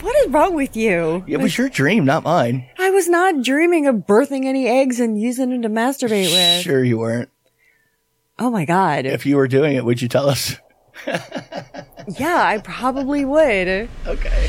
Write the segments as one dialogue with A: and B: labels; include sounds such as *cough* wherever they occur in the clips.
A: What is wrong with you?
B: It was your dream, not mine.
A: I was not dreaming of birthing any eggs and using them to masturbate with.
B: Sure, you weren't.
A: Oh my god.
B: If you were doing it, would you tell us?
A: Yeah, I probably would.
B: Okay.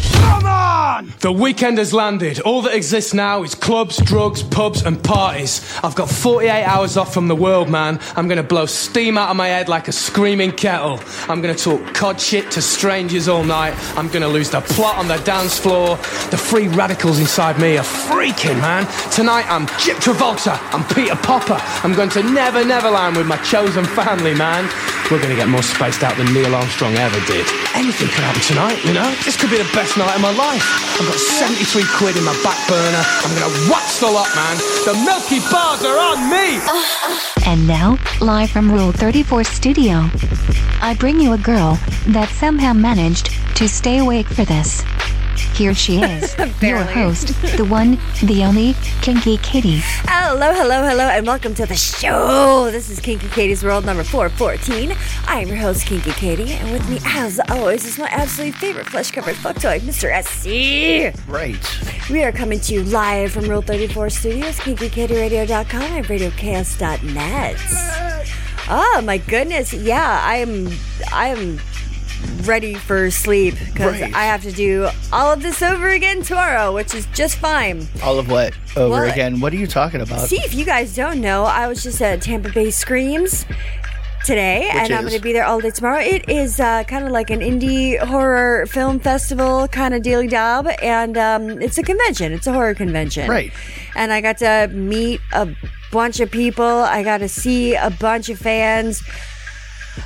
C: The weekend has landed. All that exists now is clubs, drugs, pubs, and parties. I've got 48 hours off from the world, man. I'm gonna blow steam out of my head like a screaming kettle. I'm gonna talk cod shit to strangers all night. I'm gonna lose the plot on the dance floor. The free radicals inside me are freaking, man. Tonight I'm Jip Travolta. I'm Peter Popper. I'm going to Never Neverland with my chosen family, man. We're gonna get more spaced out than Neil Armstrong ever did. Anything could happen tonight, you know? This could be the best night of my life. I've got 73 quid in my back burner. I'm gonna watch the lot, man. The Milky Bars are on me!
D: And now, live from Rule 34 Studio, I bring you a girl that somehow managed to stay awake for this. Here she is, your
A: Barely.
D: host, the one, the only, Kinky Kitty.
A: Hello, hello, hello, and welcome to the show. This is Kinky Katie's World number 414. I am your host, Kinky Katie, and with me, as always, is my absolute favorite flesh covered fuck toy, Mr. SC.
B: Right.
A: We are coming to you live from Rule 34 Studios, KinkyKatieRadio.com, and RadioCast.net. Oh my goodness! Yeah, I am. I am ready for sleep because
B: Right.
A: I have to do all of this over again tomorrow, which is just fine.
B: All of what? Over
A: What?
B: again. What are you talking about?
A: See, if you guys don't know, I was just at Tampa Bay Screams today, and I'm
B: is?
A: going to be there all day tomorrow. It is uh, kind of like an indie horror film festival kind of daily job, and um, it's a convention. It's a horror convention,
B: Right.
A: And I got to meet a bunch of people. I got to see a bunch of fans.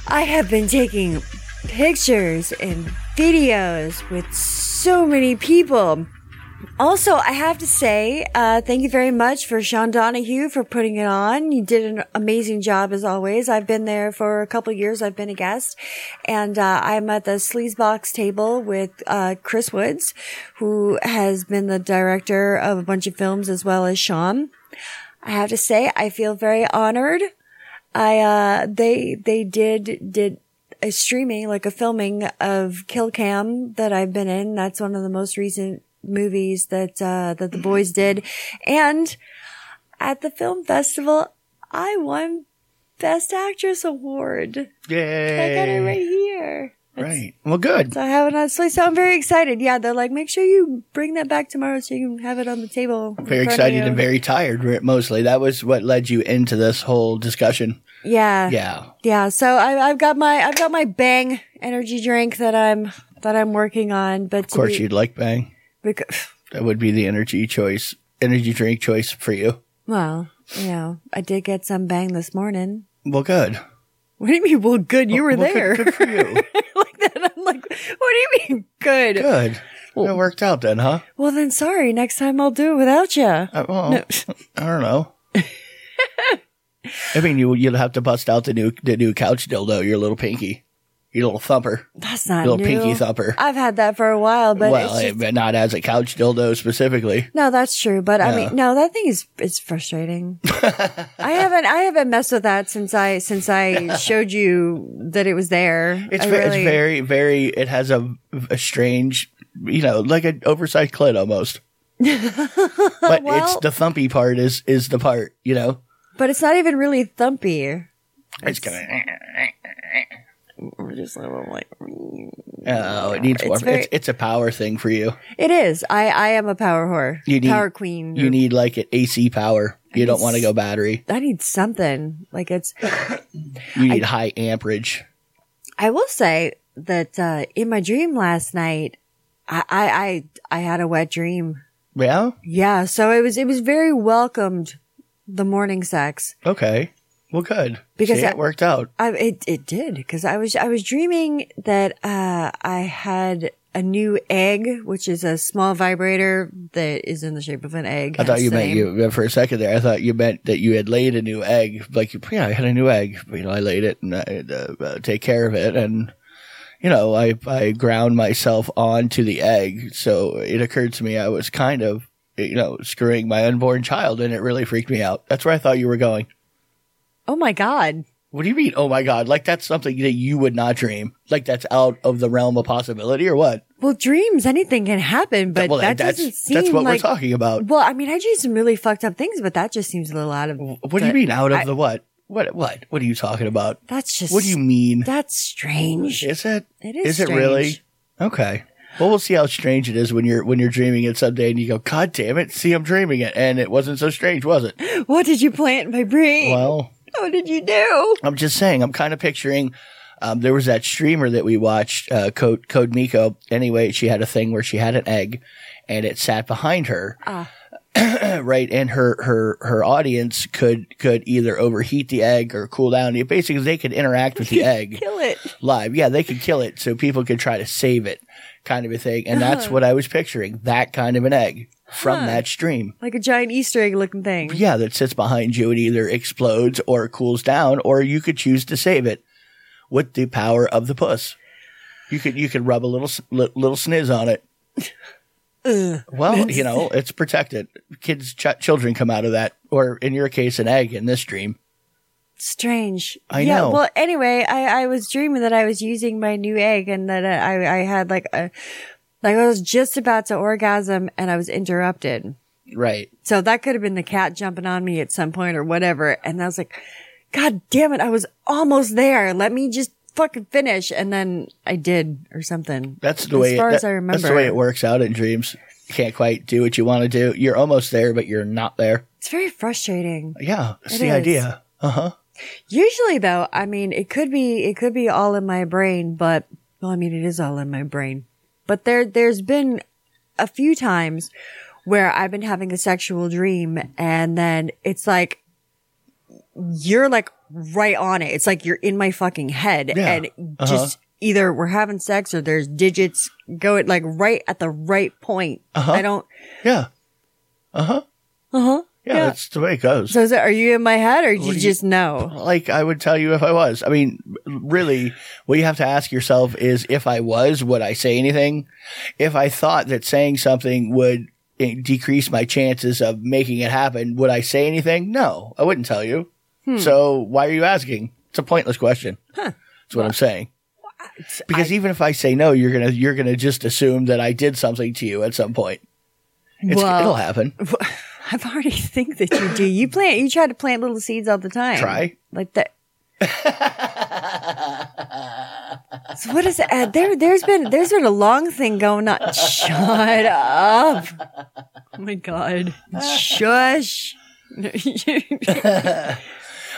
A: I have been taking pictures and videos with so many people. Also, I have to say, uh, thank you very much for Sean Donahue for putting it on. You did an amazing job as always. I've been there for a couple of years. I've been a guest and, uh, I'm at the Sleazebox table with, uh, Chris Woods, who has been the director of a bunch of films as well as Sean. I have to say, I feel very honored. I, uh, they, they did, did, a streaming, like a filming of Kill Cam that I've been in. That's one of the most recent movies that uh, that the boys did, and at the film festival, I won Best Actress award. I got it
B: Yay.
A: right here.
B: Right. Well, good.
A: So I have it on display. So I'm very excited. Yeah, they're like, make sure you bring that back tomorrow so you can have it on the table. in
B: Very
A: front of
B: excited
A: you.
B: and very tired, r- mostly. That was what led you into this whole discussion.
A: yeah, yeah,
B: Yeah.
A: yeah. So I, I've got my I've got my Bang energy drink that I'm that I'm working on. But
B: Of course, you'd like Bang.
A: because,
B: That would be the energy choice, energy drink choice for you.
A: Well, you know, I did get some bang this morning. *laughs*
B: Well, good.
A: What do you mean? Well, good, you were
B: Well, good-
A: there.
B: Good, for you.
A: *laughs* like that, I'm like, what do you mean, good?
B: Good. It worked out then, huh?
A: Well, then, sorry. Next time, I'll do it without you.
B: Uh, well, *laughs* I don't know. I mean, you you'll have to bust out the new the new couch dildo, your little pinky, your little thumper,
A: That's not
B: little
A: new.
B: pinky thumper.
A: I've had that for a while, but
B: well,
A: it's just-
B: eh, but not as a couch dildo specifically.
A: no, that's true. But I
B: Yeah.
A: mean, no, that thing is it's
B: *laughs*
A: frustrating. I haven't I haven't messed with that since I since
B: *laughs*
A: I showed you that it was there.
B: It's,
A: I
B: ve-
A: really-
B: it's very very. It has a, a strange, you know, like an oversized
A: *laughs*
B: clit almost. but it's
A: Well-
B: the thumpy part is is the part you know.
A: but it's not even really thumpy.
B: It's gonna.
A: We're just like, I'm like
B: Oh, it needs
A: It's
B: more.
A: very-
B: it's, it's a power thing for you.
A: It is. I, I am a power whore.
B: You need-
A: power queen.
B: You need like an AC power. You don't want to go battery.
A: I need something. Like it's
B: You need high amperage.
A: I will say that uh in my dream last night I I I, I had a wet dream.
B: Yeah.
A: Yeah, so it was it was very welcomed the morning sex.
B: Okay. Well, good.
A: Because
B: See,
A: I-
B: it worked out.
A: I it it did because I was I was dreaming that uh I had a new egg, which is a small vibrator that is in the shape of an egg.
B: I thought
A: Hence
B: you
A: the
B: meant
A: name.
B: you uh, for a second there. I thought you meant that you had laid a new egg. Like you, yeah, I had a new egg. You know, I laid it and I uh, uh, take care of it, and you know, I I ground myself onto the egg. So it occurred to me I was kind of you know screwing my unborn child, and it really freaked me out. That's where I thought you were going.
A: Oh my god.
B: What do you mean? Oh my god! Like that's something that you would not dream. Like that's out of the realm of possibility, or what?
A: Well, dreams, anything can happen, but
B: Well,
A: that
B: that's-
A: doesn't
B: that's
A: seem
B: what we're
A: like-
B: talking about.
A: Well, I mean, I do some really fucked up things, but that just seems a little out of.
B: What do you mean out of the what? What what? What are you talking about?
A: That's just.
B: What do you mean?
A: That's strange.
B: Is it?
A: It is
B: Is it really?
A: strange.
B: Okay. Well, we'll see how strange it is when you're when you're dreaming it someday, and you go, "God damn it! See, I'm dreaming it, and it wasn't so strange, was it?"
A: What did you plant in my brain?
B: Well,
A: what did you do?
B: I'm just saying. I'm kind of picturing. Um, there was that streamer that we watched, uh, Code, Code Miko. Anyway, she had a thing where she had an egg, and it sat behind her. *clears throat* right, and her her her audience could could either overheat the egg or cool down. It Basically, they could interact with the egg
A: Kill it.
B: live. Yeah, they could kill it, so people could try to save it, kind of a thing. And that's what I was picturing. That kind of an egg from that stream.
A: Like a giant Easter egg looking thing.
B: Yeah, that sits behind you and either explodes or cools down, or you could choose to save it with the power of the puss. You could you could rub a little s- li- little sniz on it.
A: *laughs*
B: well, you know it's protected. Kids, ch- children come out of that, or in your case, an egg in this dream.
A: Strange.
B: I
A: yeah,
B: know.
A: Well, anyway, I, I was dreaming that I was using my new egg and that uh, I, I had like a, like I was just about to orgasm and I was interrupted.
B: Right.
A: So that could have been the cat jumping on me at some point or whatever. And I was like, God damn it. I was almost there. Let me just fucking finish. And then I did or something.
B: That's the
A: as
B: way.
A: far
B: that-
A: as I remember.
B: that's the way it works out in dreams. You can't quite do what you want to do. You're almost there, but you're not there.
A: It's very frustrating.
B: Yeah, that's
A: It
B: the
A: is.
B: idea.
A: Usually though, I mean, it could be, it could be all in my brain, but well, I mean, it is all in my brain, but there, there's been a few times where I've been having a sexual dream and then it's like, you're like right on it. It's like you're in my fucking head
B: Yeah.
A: and just either we're having sex or there's digits going like right at the right point. I don't,
B: Yeah. Uh huh. Uh huh.
A: Uh-huh.
B: Yeah, that's the way it goes.
A: so is it, are you in my head or do you just know?
B: like I would tell you if I was. I mean, really, what you have to ask yourself is if I was, would I say anything? If I thought that saying something would eh, decrease my chances of making it happen, would I say anything? No, I wouldn't tell you. So why are you asking? It's a pointless question. That's what I'm saying. Because even if I say no, you're gonna you're gonna just assume that I did something to you at some point. It's,
A: Well-
B: it'll happen.
A: I've already *laughs* think that you do. You plant, you try to plant little seeds all the time.
B: Try.
A: like that. so what is that? There, there's been there's been a long thing going on. Shut up! Oh my god! Shush! *laughs*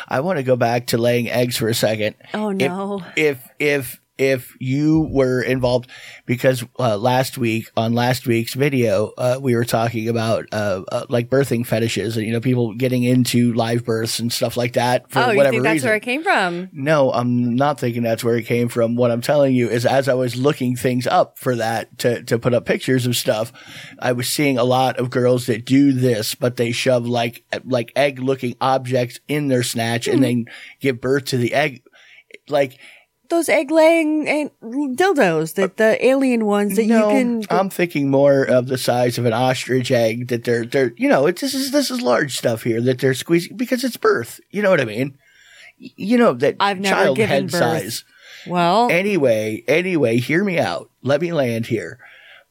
B: I want to go back to laying eggs for a second.
A: oh
B: If-
A: no!
B: If if if you were involved, because uh, last week on last week's video, uh, we were talking about uh, uh, like birthing fetishes and you know people getting into live births and stuff like that for
A: oh, you
B: whatever
A: think that's
B: reason.
A: where it came from?
B: no, I'm not thinking that's where it came from. What I'm telling you is, as I was looking things up for that to to put up pictures of stuff, I was seeing a lot of girls that do this, but they shove like like egg looking objects in their snatch
A: Hmm.
B: and then give birth to the egg. Like
A: Those egg laying and dildos, the the alien ones that
B: no, Uh,
A: you can.
B: I'm thinking more of the size of an ostrich egg that they're they're you know it, this is this is large stuff here that they're squeezing because it's birth. You know what I mean? Y- You know that
A: I've never
B: child
A: given
B: head
A: birth.
B: size.
A: well,
B: Anyway, anyway, hear me out. Let me land here.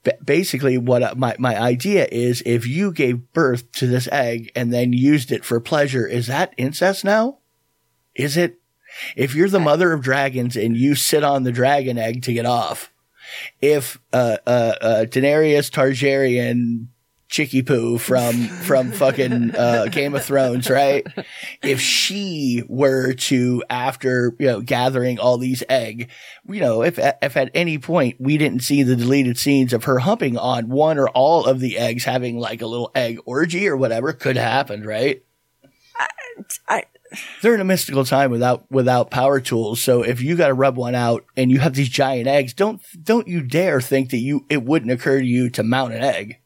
B: Ba basically, what I, my my idea is, if you gave birth to this egg and then used it for pleasure, is that incest now? Is it? If you're the mother of dragons and you sit on the dragon egg to get off, if uh, uh, uh, Daenerys Targaryen Chicky Poo from from fucking uh, Game of Thrones, right? If she were to after you know gathering all these egg, you know, if if at any point we didn't see the deleted scenes of her humping on one or all of the eggs, having like a little egg orgy or whatever, could happen, right?
A: I-
B: they're in a mystical time without without power tools. So if you got to rub one out and you have these giant eggs, don't don't you dare think that you it wouldn't occur to you to mount an egg.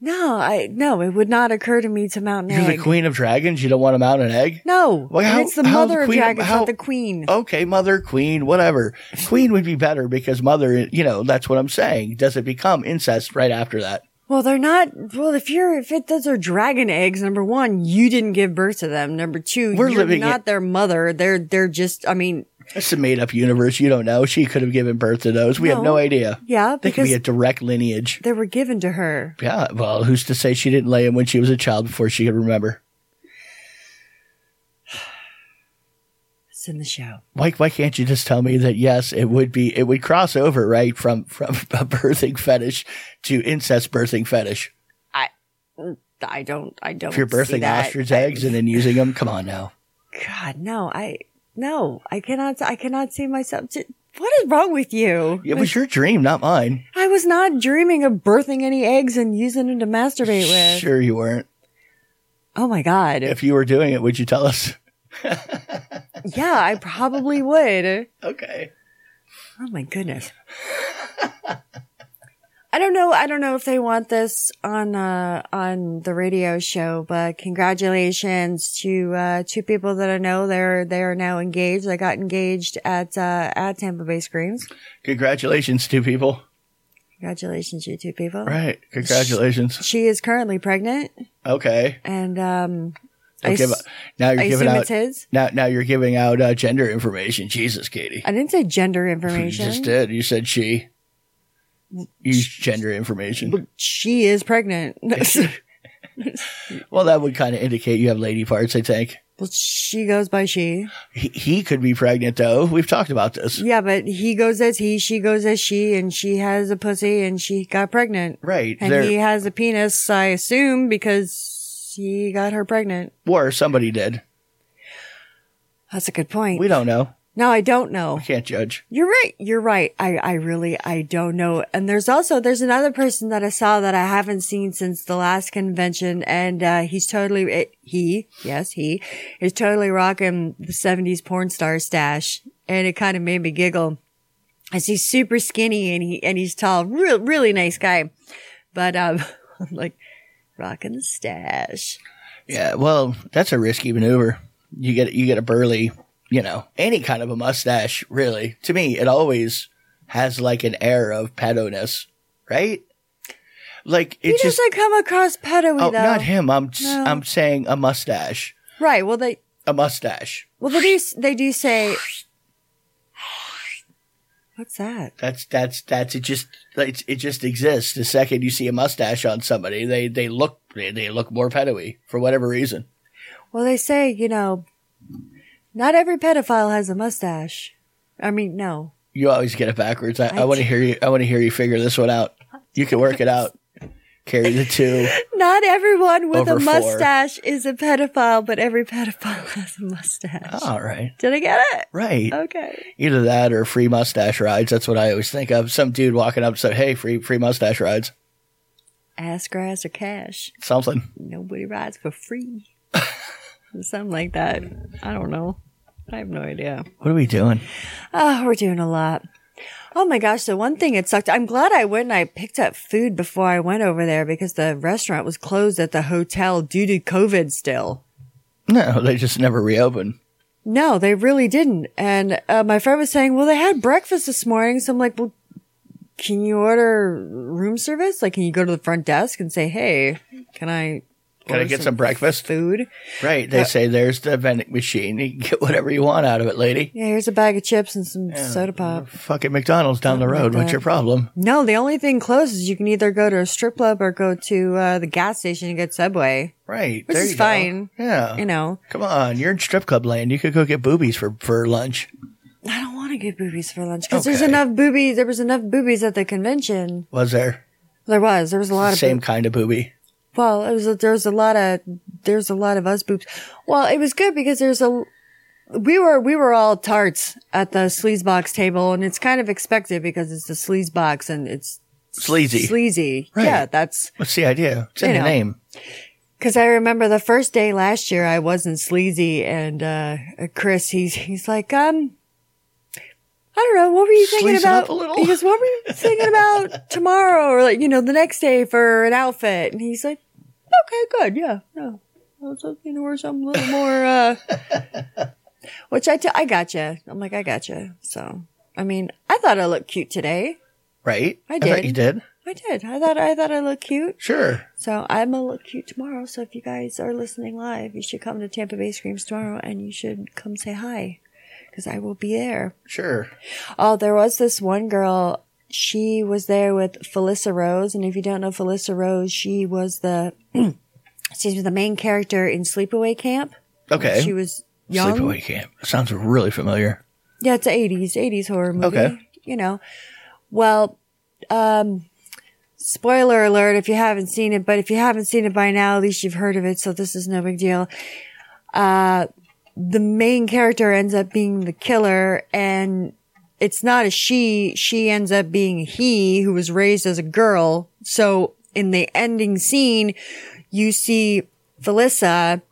A: no, I no, it would not occur to me to mount an
B: You're
A: egg.
B: the queen of dragons. You don't want to mount an egg.
A: No,
B: Well,
A: and
B: how-
A: it's the
B: how the
A: mother of
B: queen-
A: dragons,
B: how- uh,
A: not the queen.
B: Okay, mother, queen, whatever. Queen would be better because mother. You know that's what I'm saying. Does it become incest right after that?
A: Well, they're not. Well, if you're, if it, those are dragon eggs, number one, you didn't give birth to them. Number 2
B: We're
A: you're
B: living
A: not
B: it-
A: their mother. They're, they're just, I mean,
B: It's a made up universe. You don't know. She could have given birth to those. We have
A: No.
B: no idea.
A: Yeah,
B: They could
A: because-
B: be a direct lineage.
A: They were given to her.
B: Yeah. Well, who's to say she didn't lay him when she was a child before she could remember?
A: It's in the show.
B: Why, why can't you just tell me that yes, it would be it would cross over, right? From from *laughs* a birthing fetish to incest birthing fetish.
A: I don't. I don't.
B: If you're
A: see
B: birthing
A: that.
B: ostrich eggs and then using them, come on now.
A: God, no. I no. I cannot. I cannot see myself. T- what is wrong with you?
B: It was your dream, not mine.
A: I was not dreaming of birthing any eggs and using them to masturbate with.
B: Sure you weren't.
A: Oh my god.
B: If you were doing it, would you tell us?
A: *laughs* yeah, I probably would.
B: Okay.
A: Oh my goodness. I don't know. I don't know if they want this on uh, on the radio show, but congratulations to uh, two people that I know. They're they are now engaged. They got engaged at uh, at Tampa Bay Screams.
B: Congratulations, two people.
A: Congratulations, you two people.
B: Right. Congratulations.
A: She is currently pregnant,
B: Okay.
A: and um, I,
B: Don't give
A: s-
B: out- now you're
A: I
B: giving
A: assume
B: out
A: it's his.
B: now now you're giving out uh, gender information. Jesus, Katie.
A: I didn't say gender
B: You
A: information.
B: *laughs* just did. You said she. Use gender information.
A: She is pregnant. *laughs*
B: Well, that would kind of indicate you have lady parts, I think.
A: well, she goes by she.
B: He, he could be pregnant, though. We've talked about this.
A: Yeah, but he goes as he, she goes as she, and she has a pussy, and she got pregnant.
B: Right.
A: And
B: there,
A: he has a penis, I assume, because he got her pregnant.
B: or somebody did.
A: That's a good point.
B: We don't know.
A: no, I don't know.
B: We can't judge.
A: You're right. You're right. I, I really, I don't know. And there's also, there's another person that I saw that I haven't seen since the last convention. And, uh, he's totally, it, he, yes, he is totally rocking the seventies porn star stash. And it kind of made me giggle as he's super skinny and he, and he's tall, real, really nice guy. But, um, *laughs* I'm like rocking the stash.
B: Yeah. Well, that's a risky maneuver. You get you get a burly, you know, any kind of a mustache. Really, to me, it always has like an air of pedoness, right? Like
A: He
B: it just.
A: doesn't come across pedo
B: Oh,
A: though.
B: not him. I'm
A: No.
B: I'm saying a mustache.
A: Right. Well, they,
B: A mustache.
A: Well, they do. They do say. What's that?
B: That's that's that's it. Just it, it just exists. The second you see a mustache on somebody, they they look they, they look more pedoey for whatever reason.
A: Well, they say you know, not every pedophile has a mustache. I mean, no.
B: You always get it backwards. I, I,
A: I
B: want to
A: do.
B: hear you. I want to hear you figure this one out. You can work it out. Carry
A: *laughs*
B: the two.
A: Not everyone with
B: Over
A: a
B: four.
A: mustache is a pedophile, but every pedophile *laughs* has a mustache.
B: All right,
A: Did I get it?
B: right.
A: Okay.
B: Either that or free mustache rides. That's what I always think of. Some dude walking up said, "Hey, free free mustache rides."
A: Ass grass or cash.
B: Something.
A: Nobody rides for
B: *laughs*
A: free. Something like that. I don't know. I have no idea.
B: What are we doing?
A: Oh, we're doing a lot. Oh my gosh, the one thing it sucked. I'm glad I went and I picked up food before I went over there because the restaurant was closed at the hotel due to COVID still.
B: No, they just never reopen.
A: No, they really didn't. And uh, my friend was saying, well, they had breakfast this morning. So I'm like, well, can you order room service? Like, can you go to the front desk and say, hey, can I
B: Can I
A: order
B: get some breakfast?
A: food?
B: Right.
A: Uh,
B: They say there's the vending machine. You can get whatever you want out of it, lady.
A: Yeah, here's a bag of chips and some soda pop.
B: Fucking McDonald's down
A: Oh
B: the road. What's your problem?
A: No, the only thing close is you can either go to a strip club or go to uh, the gas station and get Subway.
B: Right.
A: Which
B: there
A: is
B: you go.
A: fine.
B: Yeah.
A: You know,
B: Come on. You're in strip club land. You could go get boobies for, for lunch.
A: I don't want to get boobies for lunch because there's
B: Okay.
A: enough boobies. There was enough boobies at the convention.
B: Was there?
A: There was. There was a lot of
B: Same
A: boob-
B: kind of boobie.
A: well, it was. A, there was a lot of. There's a lot of us boobs. Well, it was good because there's a. We were we were all tarts at the sleaze box table, and it's kind of expected because it's the sleaze box and it's
B: Sleazy.
A: sleazy.
B: Right.
A: Yeah, that's
B: What's the idea? It's in
A: You
B: the
A: know.
B: name.
A: Because I remember the first day last year, I wasn't sleazy, and uh, Chris, he's he's like, um, I don't know, what were you thinking
B: Sleaze it
A: about?
B: up a little.
A: He goes, what
B: *laughs*
A: were you thinking about tomorrow, or like you know, the next day for an outfit? And he's like, okay, good, yeah, no, I was hoping to wear something a
B: *laughs*
A: little more. uh Which I t- I gotcha. I'm like, I gotcha. So, I mean, I thought I looked cute today.
B: Right.
A: I
B: I thought
A: did.
B: you did.
A: I did. I thought I thought I looked cute.
B: Sure.
A: So I'm gonna look cute tomorrow. So if you guys are listening live, you should come to Tampa Bay Screams tomorrow, and you should come say hi. because I will be there.
B: Sure.
A: Oh, there was this one girl. She was there with Felissa Rose, and if you don't know Felissa Rose, she was the *clears throat* excuse me the main character in Sleepaway Camp.
B: Okay.
A: She was young.
B: Sleepaway Camp. Sounds really familiar.
A: Yeah, it's eighties, eighties horror movie.
B: Okay.
A: You know. Well, um spoiler alert if you haven't seen it, but if you haven't seen it by now, at least you've heard of it, so this is no big deal. Uh the main character ends up being the killer and it's not a she, she ends up being a he who was raised as a girl. So in the ending scene, you see Felissa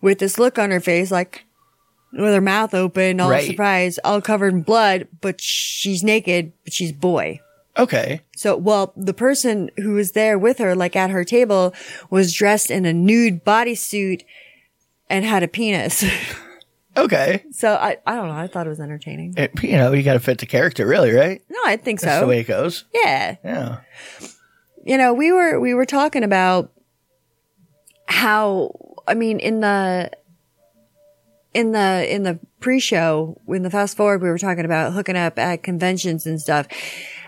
A: with this look on her face like with her mouth open, all
B: Right.
A: surprised, all covered in blood, but she's naked, but she's boy.
B: Okay.
A: So, well, the person who was there with her, like at her table, was dressed in a nude bodysuit and had a penis. *laughs*
B: Okay.
A: so I, I don't know. I thought it was entertaining.
B: It- you know, you got to fit the character, really, right?
A: No, I think
B: That's the
A: so.
B: way it goes.
A: Yeah.
B: Yeah.
A: you know, we were we were talking about how I mean in the in the in the pre-show in the fast forward we were talking about hooking up at conventions and stuff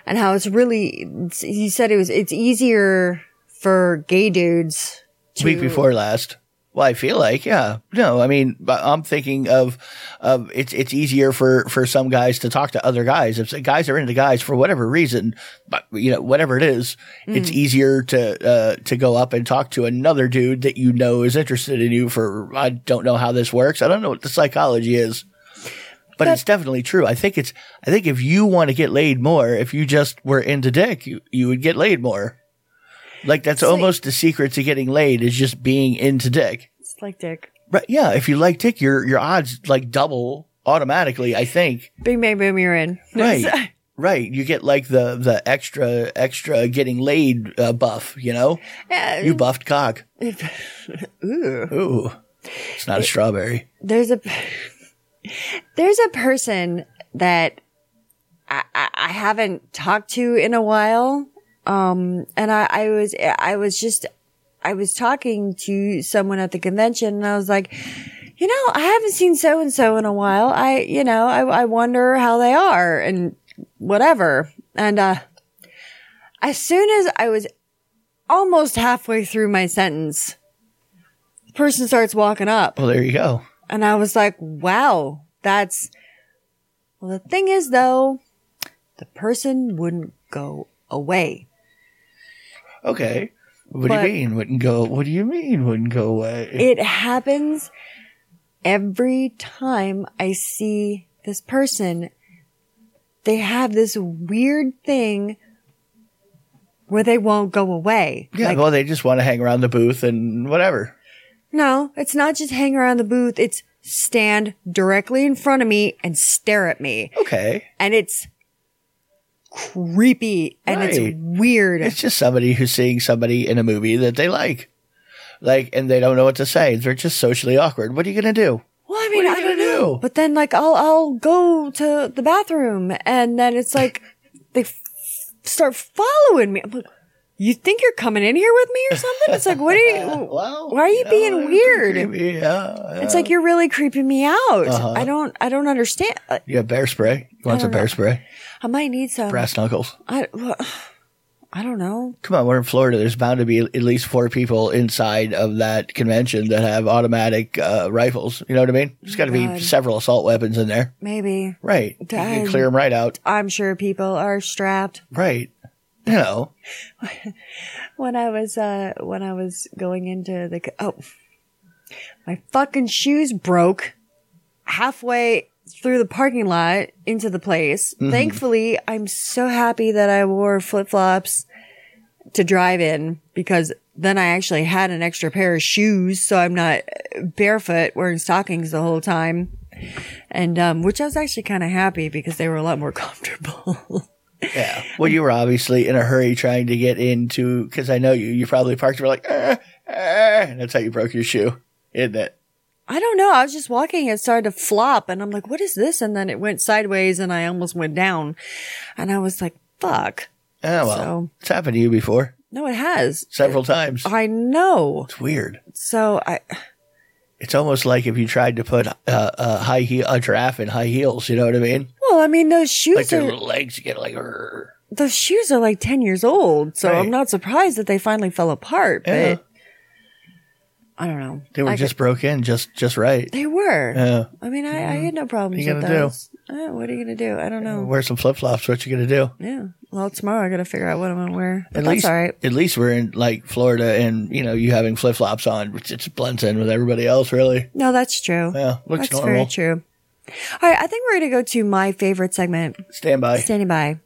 A: and how it's really you said it was it's easier for gay dudes to
B: Week before last. Well, I feel like, yeah. No, I mean, but I'm thinking of, of it's it's easier for for some guys to talk to other guys. If guys are into guys for whatever reason, but you know, whatever it is, it's easier to uh, to go up and talk to another dude that you know is interested in you. For I don't know how this works. I don't know what the psychology is. But it's definitely true. I think it's. I think if you want to get laid more, if you just were into dick, you, you would get laid more. Like that's almost the secret to getting laid is just being into dick.
A: it's like dick
B: Right? Yeah. If you like dick, your your odds like double automatically.
A: *laughs*
B: I think.
A: bing bang boom you're in
B: Right. right. You get like the the extra extra getting laid uh, buff. You know. You buffed cock.
A: *laughs* Ooh.
B: Ooh. It's not a strawberry.
A: there's a *laughs* there's a person that I, I, I haven't talked to in a while. Um, and I, I was I was just I was talking to someone at the convention, and I was like, you know, I haven't seen so and so in a while. I you know I I wonder how they are and whatever. And uh, as soon as I was almost halfway through my sentence, the person starts walking up.
B: Well, there you go.
A: And I was like, wow, that's. Well, the thing is, though, the person wouldn't go away.
B: Okay. What
A: But-
B: do you mean? Wouldn't go? What do you mean? Wouldn't go away?
A: It happens every time I see this person. They have this weird thing where they won't go away.
B: yeah. well, they just want to hang around the booth and whatever.
A: No, it's not just hang around the booth. It's stand directly in front of me and stare at me.
B: Okay.
A: and it's creepy and
B: Right.
A: it's weird.
B: It's just somebody who's seeing somebody in a movie that they like. Like, and they don't know what to say. They're just socially awkward. What are you going to do?
A: well, I mean,
B: what are
A: I
B: you gonna
A: don't know.
B: do?
A: But then, like, I'll I'll go to the bathroom, and then it's like they f- start following me. I'm like, you think you're coming in here with me or something? It's like, what are
B: *laughs*
A: you? why are you
B: know,
A: being
B: they're
A: weird?
B: pretty creepy. Uh-huh. Yeah, yeah.
A: It's like you're really creeping me out. I don't I don't understand. I,
B: You have bear spray. You want some bear spray?
A: I might need some.
B: Brass knuckles.
A: I *sighs* I don't know.
B: Come on, we're in Florida. There's bound to be at least four people inside of that convention that have automatic uh, rifles. You know what I mean? There's got to be several assault weapons in there.
A: Maybe
B: Right. You can
A: Dang.
B: clear them right out.
A: I'm sure people are strapped.
B: Right. You know.
A: when I was uh when I was going into the co- oh my fucking shoes broke halfway through the parking lot into the place. Thankfully, I'm so happy that I wore flip-flops to drive in because then I actually had an extra pair of shoes so I'm not barefoot wearing stockings the whole time. And um which I was actually kind of happy because they were a lot more *laughs* comfortable.
B: Yeah. Well, you were obviously in a hurry trying to get into because I know you. You probably parked. You were like, "Ah, ah," and that's how you broke your shoe, isn't it?
A: I don't know. I was just walking. It started to flop and I'm like, what is this? And then it went sideways and I almost went down. And I was like, fuck.
B: Oh well,
A: So-
B: it's happened to you before
A: No, it has.
B: several times.
A: I know.
B: It's weird.
A: So I,
B: It's almost like if you tried to put uh, a high heel, a giraffe in high heels. You know what I mean?
A: Well, I mean those shoes
B: Like
A: are
B: their legs get like. "Rrr."
A: those shoes are like ten years old, so
B: Right.
A: I'm not surprised that they finally fell apart.
B: Yeah.
A: But I don't know.
B: They were
A: I
B: just
A: could-
B: broke in, just just right. Uh,
A: they were.
B: Yeah.
A: I mean, I, I had no problems
B: What you
A: with
B: gonna do?
A: those. Uh, what are you gonna do? I don't know.
B: Wear some flip flops. What you gonna do?
A: Yeah. Well, tomorrow I gotta figure out what I'm gonna wear. But
B: At
A: that's
B: least,
A: all right.
B: At least we're in like Florida, and you know, you having flip flops on, which it blends in with everybody else, really.
A: No, that's true.
B: Yeah, looks
A: that's very
B: normal.
A: true. All right, I think we're gonna go to my favorite segment,
B: Stand by.
A: standing by.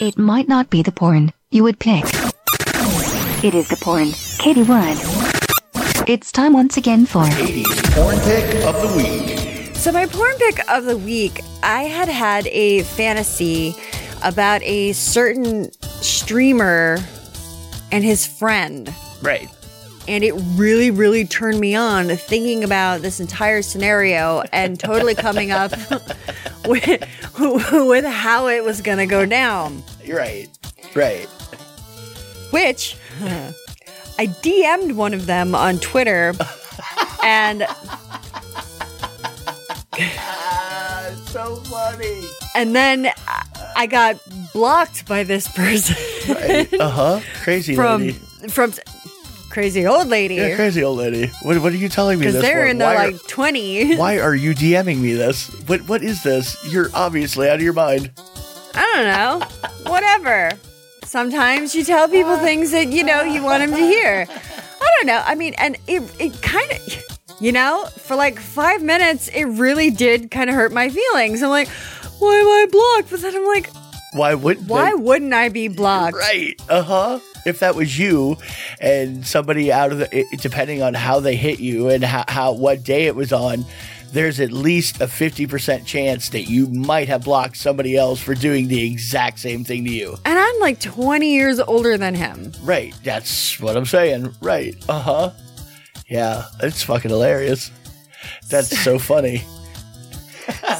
D: It might not be the porn you would pick. It is the porn Katie would. It's time once again for
B: Porn pick of the week.
A: So my porn pick of the week, I had had a fantasy about a certain streamer and his friend.
B: Right.
A: And it really, really turned me on thinking about this entire scenario and totally coming up *laughs* with, *laughs* with how it was going to go down.
B: You're right. Right.
A: which I DM'd one of them on Twitter and
B: so funny.
A: and then I got blocked by this person
B: Uh huh. Crazy
A: *laughs* from
B: lady.
A: from crazy old lady
B: Yeah,
A: because
B: crazy old lady. What, what are you telling me? This
A: they're
B: for?
A: in their
B: why, are-
A: like 20s.
B: why are you DMing me this? What What is this? You're obviously out of your mind.
A: I don't know. Whatever. Sometimes you tell people things that you know you want them to hear. I don't know. I mean, and it it kind of, you know, for like five minutes, it really did kind of hurt my feelings. I'm like, why am I blocked? But then I'm like,
B: Why wouldn't
A: why
B: they-
A: wouldn't I be blocked?
B: Right. Uh huh. If that was you and somebody out of the, it, depending on how they hit you and how, how, what day it was on, there's at least a 50% chance that you might have blocked somebody else for doing the exact same thing to you.
A: And I'm like 20 years older than him.
B: Right. That's what I'm saying. Right. Uh huh. Yeah. It's fucking hilarious. That's
A: *laughs*
B: so funny.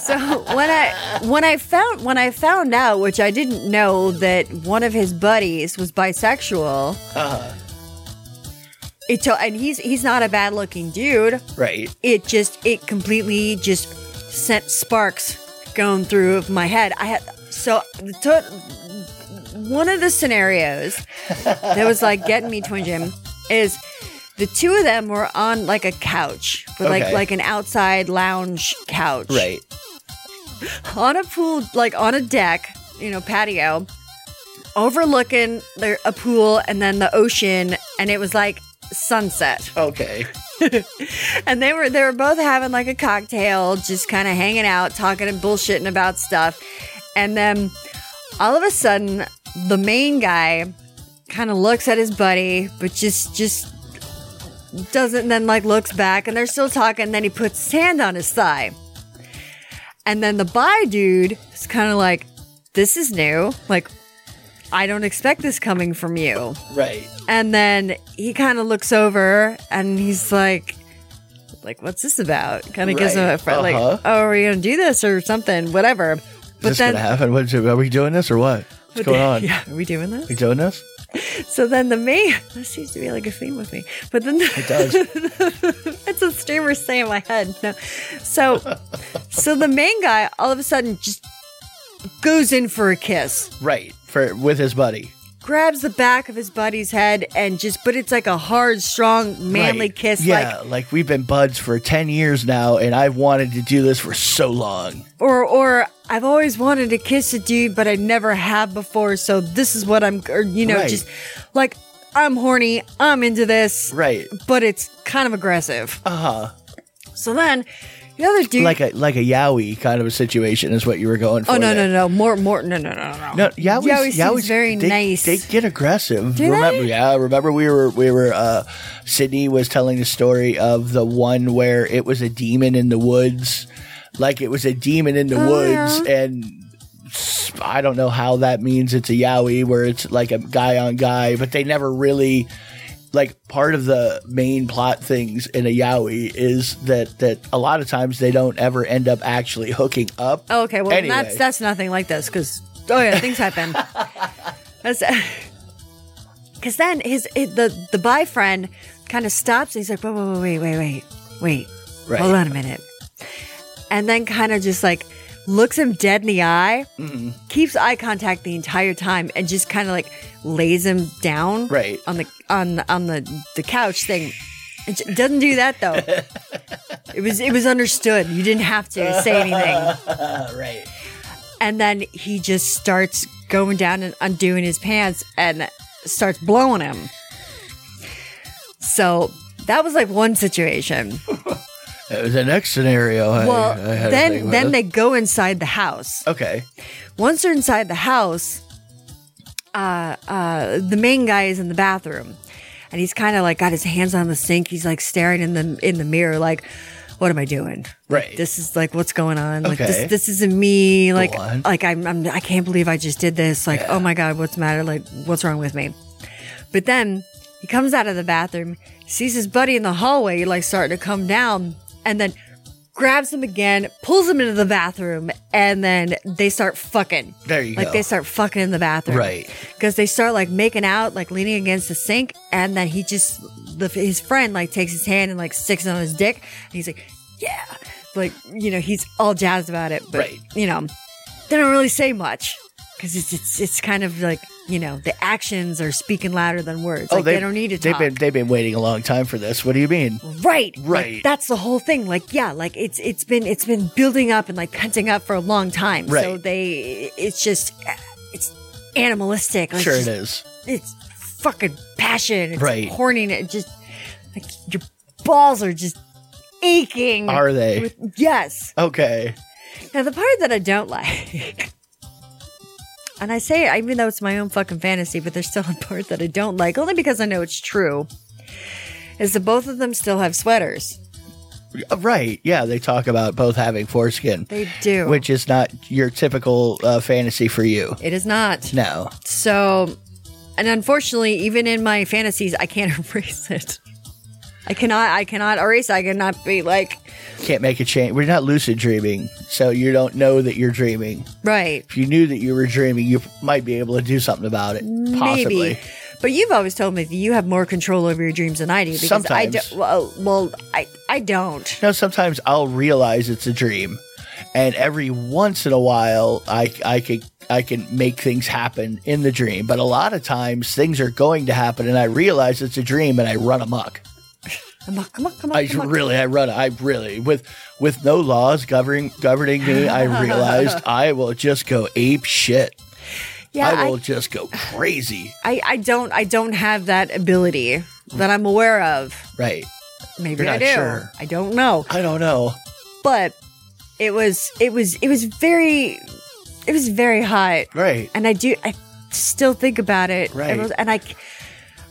A: So when I when I found when I found out, which I didn't know that one of his buddies was bisexual. It to- and he's he's not a bad looking dude.
B: Right.
A: It just it completely just sent sparks going through of my head. I had so the to- one of the scenarios that was like getting me twin gym is the two of them were on like a couch, but like
B: Okay.
A: like an outside lounge couch,
B: Right.
A: on a pool, like on a deck, you know, patio, overlooking the, a pool and then the ocean, and it was like sunset.
B: Okay.
A: *laughs* And they were they were both having like a cocktail, just kind of hanging out, talking and bullshitting about stuff, and then all of a sudden, the main guy kind of looks at his buddy, but just just doesn't then like looks back and they're still talking then he puts his hand on his thigh and then the bi dude is kind of like this is new like i don't expect this coming from you
B: Right.
A: and then he kind of looks over and he's like, like, what's this about? Kind of gives him a
B: Right.
A: friend,
B: Uh-huh.
A: like, oh, are we going to do this or something? Whatever.
B: Is this going to happen? What is it? Are we doing this or what?
A: but
B: What's going
A: then-
B: on?
A: *laughs* Yeah, are we doing this?
B: We doing this?
A: So then the main, *laughs* this seems to be like a theme with me, but then the, it
B: does.
A: *laughs* it's a streamer stay in my head. No. So, so the main guy all of a sudden just goes in for a kiss.
B: Right. For with his buddy.
A: Grabs the back of his buddy's head and just, but it's like a hard, strong, manly
B: Right.
A: kiss. Like,
B: Yeah, like, we've been buds for ten years now, and I've wanted to do this for so long.
A: or or I've always wanted to kiss a dude, but I never have before. So this is what I'm, or you know,
B: Right.
A: just like I'm horny, I'm into this,
B: Right.
A: but it's kind of aggressive.
B: Uh huh.
A: So then the other dude,
B: Like a like a yaoi kind of a situation is what you were going for.
A: oh no
B: there.
A: no no more more no no no no
B: No, Yahweh's,
A: Yahweh's
B: Yahweh's,
A: very
B: they,
A: nice.
B: They get aggressive.
A: Do
B: remember,
A: they?
B: yeah, remember we were we were uh Sydney was telling the story of the one where it was a demon in the woods. Like it was a demon in the
A: Oh,
B: woods and s- I don't know how that means it's a Yowie where it's like a guy on guy, but they never really like part of the main plot things in a Yowie is that that a lot of times they don't ever end up actually hooking up.
A: Oh, okay, well
B: Anyway.
A: that's
B: *laughs*
A: that's nothing like this because oh yeah, things happen. that's Because then his, it the the by friend kind of stops. And he's like, whoa, whoa, whoa, wait, wait, wait, wait,
B: Right.
A: hold on a minute, and then kind of just like looks him dead in the eye, keeps eye contact the entire time, and just kind of like lays him down
B: Right.
A: on the on the- on the the couch thing. It j- doesn't do that
B: *laughs*
A: though. it was it was understood. You didn't have to say anything.
B: right.
A: And then he just starts going down and undoing his pants and starts blowing him. So that was like one situation.
B: That was the next scenario. I-
A: well,
B: I had to think
A: then
B: about.
A: then they go inside the house.
B: Okay.
A: Once they're inside the house, uh, uh, the main guy is in the bathroom, and he's kind of like got his hands on the sink. He's like staring in the in the mirror, like, "What am I doing?
B: Right.
A: This is like what's going on. Like
B: Okay.
A: this this isn't me. Like
B: on.
A: like I'm, I'm I can't believe I just did this. Like oh my god, what's the matter? Like what's wrong with me? But then he comes out of the bathroom, sees his buddy in the hallway, like starting to come down, and then grabs him again, pulls him into the bathroom, and then they start fucking.
B: There you
A: like
B: go.
A: they start fucking in the bathroom,
B: Right.
A: Because they start like making out, like leaning against the sink, and then he just the, his friend like takes his hand and like sticks it on his dick, and he's like, yeah, like you know he's all jazzed about it, but
B: Right.
A: you know they don't really say much because it's it's it's kind of like you know the actions are speaking louder than words. like they, don't need to
B: Oh, They've
A: talk.
B: been they've been waiting a long time for this. What do you mean?
A: Right, Like,
B: Right.
A: that's the whole thing. Like, yeah, like it's it's been it's been building up and like penting up for a long time. So
B: Right.
A: they, it's just it's animalistic. Like,
B: sure
A: it's,
B: it is.
A: it's fucking passion. It's
B: Right.
A: horny. It just like your balls are just aching.
B: Are they?
A: yes.
B: okay.
A: Now, the part that I don't like, *laughs* and I say it even though it's my own fucking fantasy, but there's still a part that I don't like, only because I know it's true, is that both of them still have sweaters.
B: Uh, Right. Yeah, they talk about both having foreskin.
A: They do.
B: Which is not your typical uh, fantasy for you.
A: it is not.
B: No.
A: So, and unfortunately, even in my fantasies, I can't *laughs* erase it. I cannot, I cannot erase it. I cannot be like,
B: Can't make a change. We're not lucid dreaming, so you don't know that you're dreaming.
A: right,
B: If you knew that you were dreaming, you might be able to do something about it. Possibly.
A: maybe. But you've always told me that you have more control over your dreams than I do because I
B: Sometimes.
A: don't, well, well, I, I don't.
B: You know, sometimes I'll realize it's a dream, and every once in a while, I I can I can make things happen in the dream. But a lot of times, things are going to happen, and I realize it's a dream, and I run amok.
A: Come on, come on, come on.
B: I
A: come on.
B: really, I run. I really, with with no laws governing governing me, I
A: *laughs*
B: realized I will just go ape shit.
A: Yeah,
B: I
A: I-
B: will just go crazy.
A: I, I don't I don't have that ability that I'm aware of.
B: Right.
A: Maybe
B: You're
A: I
B: not
A: do.
B: sure.
A: I don't know.
B: I don't know.
A: But it was it was it was very it was very hot.
B: Right.
A: And I do I still think about it.
B: Right.
A: It was- And I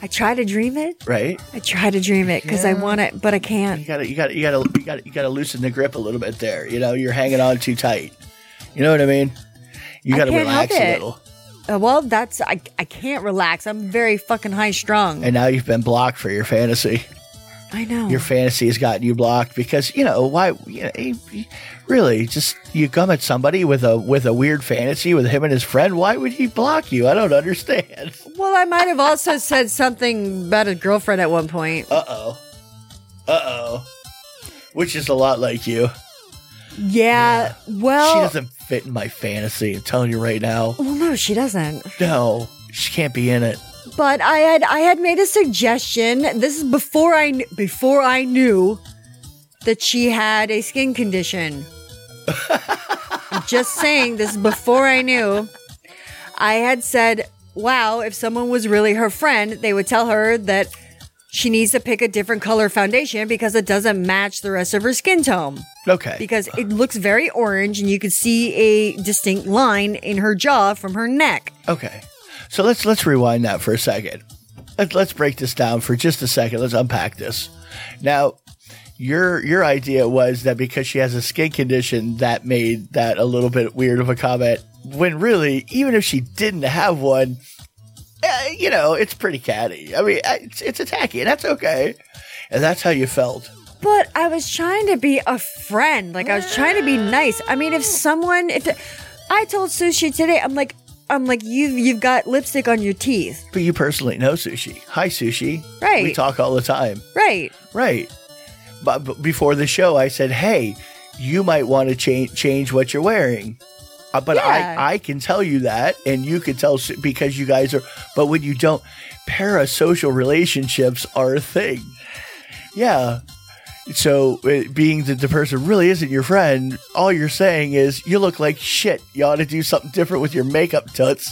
A: I try to dream it.
B: Right.
A: I try to dream it because I want it, but I
B: You
A: can't.
B: gotta, you gotta, you gotta, you gotta, you gotta loosen the grip a little bit there. You know, you're hanging on too tight. You know what I mean? You
A: I
B: gotta
A: can't help
B: relax a
A: it.
B: little.
A: Uh, well, that's I I can't relax. I'm very fucking high strung.
B: And now you've been blocked for your fantasy.
A: I know.
B: Your fantasy has gotten you blocked because you know why? You know, you- you- really, just you come at somebody with a with a weird fantasy with him and his friend. Why would he block you? I don't understand. *laughs*
A: well, I might have also said something about a girlfriend at one point.
B: Uh oh. Uh oh. Which is a lot like you.
A: yeah. Well,
B: She doesn't fit in my fantasy. I'm telling you right now.
A: Well, no, she doesn't.
B: No, she can't be in it.
A: But I had I had made a suggestion. This is before I kn- before I knew that she had a skin condition. I'm just saying this is before I knew. I had said, "Wow, if someone was really her friend, they would tell her that she needs to pick a different color foundation because it doesn't match the rest of her skin tone."
B: Okay.
A: because it looks very orange and you could see a distinct line in her jaw from her neck.
B: Okay. So let's let's rewind that for a second. Let, let's break this down for just a second. Let's unpack this. Now, your your idea was that because she has a skin condition that made that a little bit weird of a comment when really even if she didn't have one eh, you know, it's pretty catty. I mean, eh, it's it's a tacky, and that's okay. And that's how you felt.
A: But I was trying to be a friend. Like I was trying to be nice. I mean, if someone, if I told Sushi today, I'm like, I'm like, you've you've got lipstick on your teeth,
B: But you personally know sushi. Hi, sushi.
A: Right.
B: We talk all the time.
A: right?
B: Right. But but before the show, I said, "Hey, you might want to change change what you're wearing." Uh, but
A: Yeah.
B: I I can tell you that, and you can tell su- because you guys are. But when you don't, parasocial relationships are a thing. Yeah. So uh, being that the person really isn't your friend, all you're saying is you look like shit. You ought to do something different with your makeup, toots.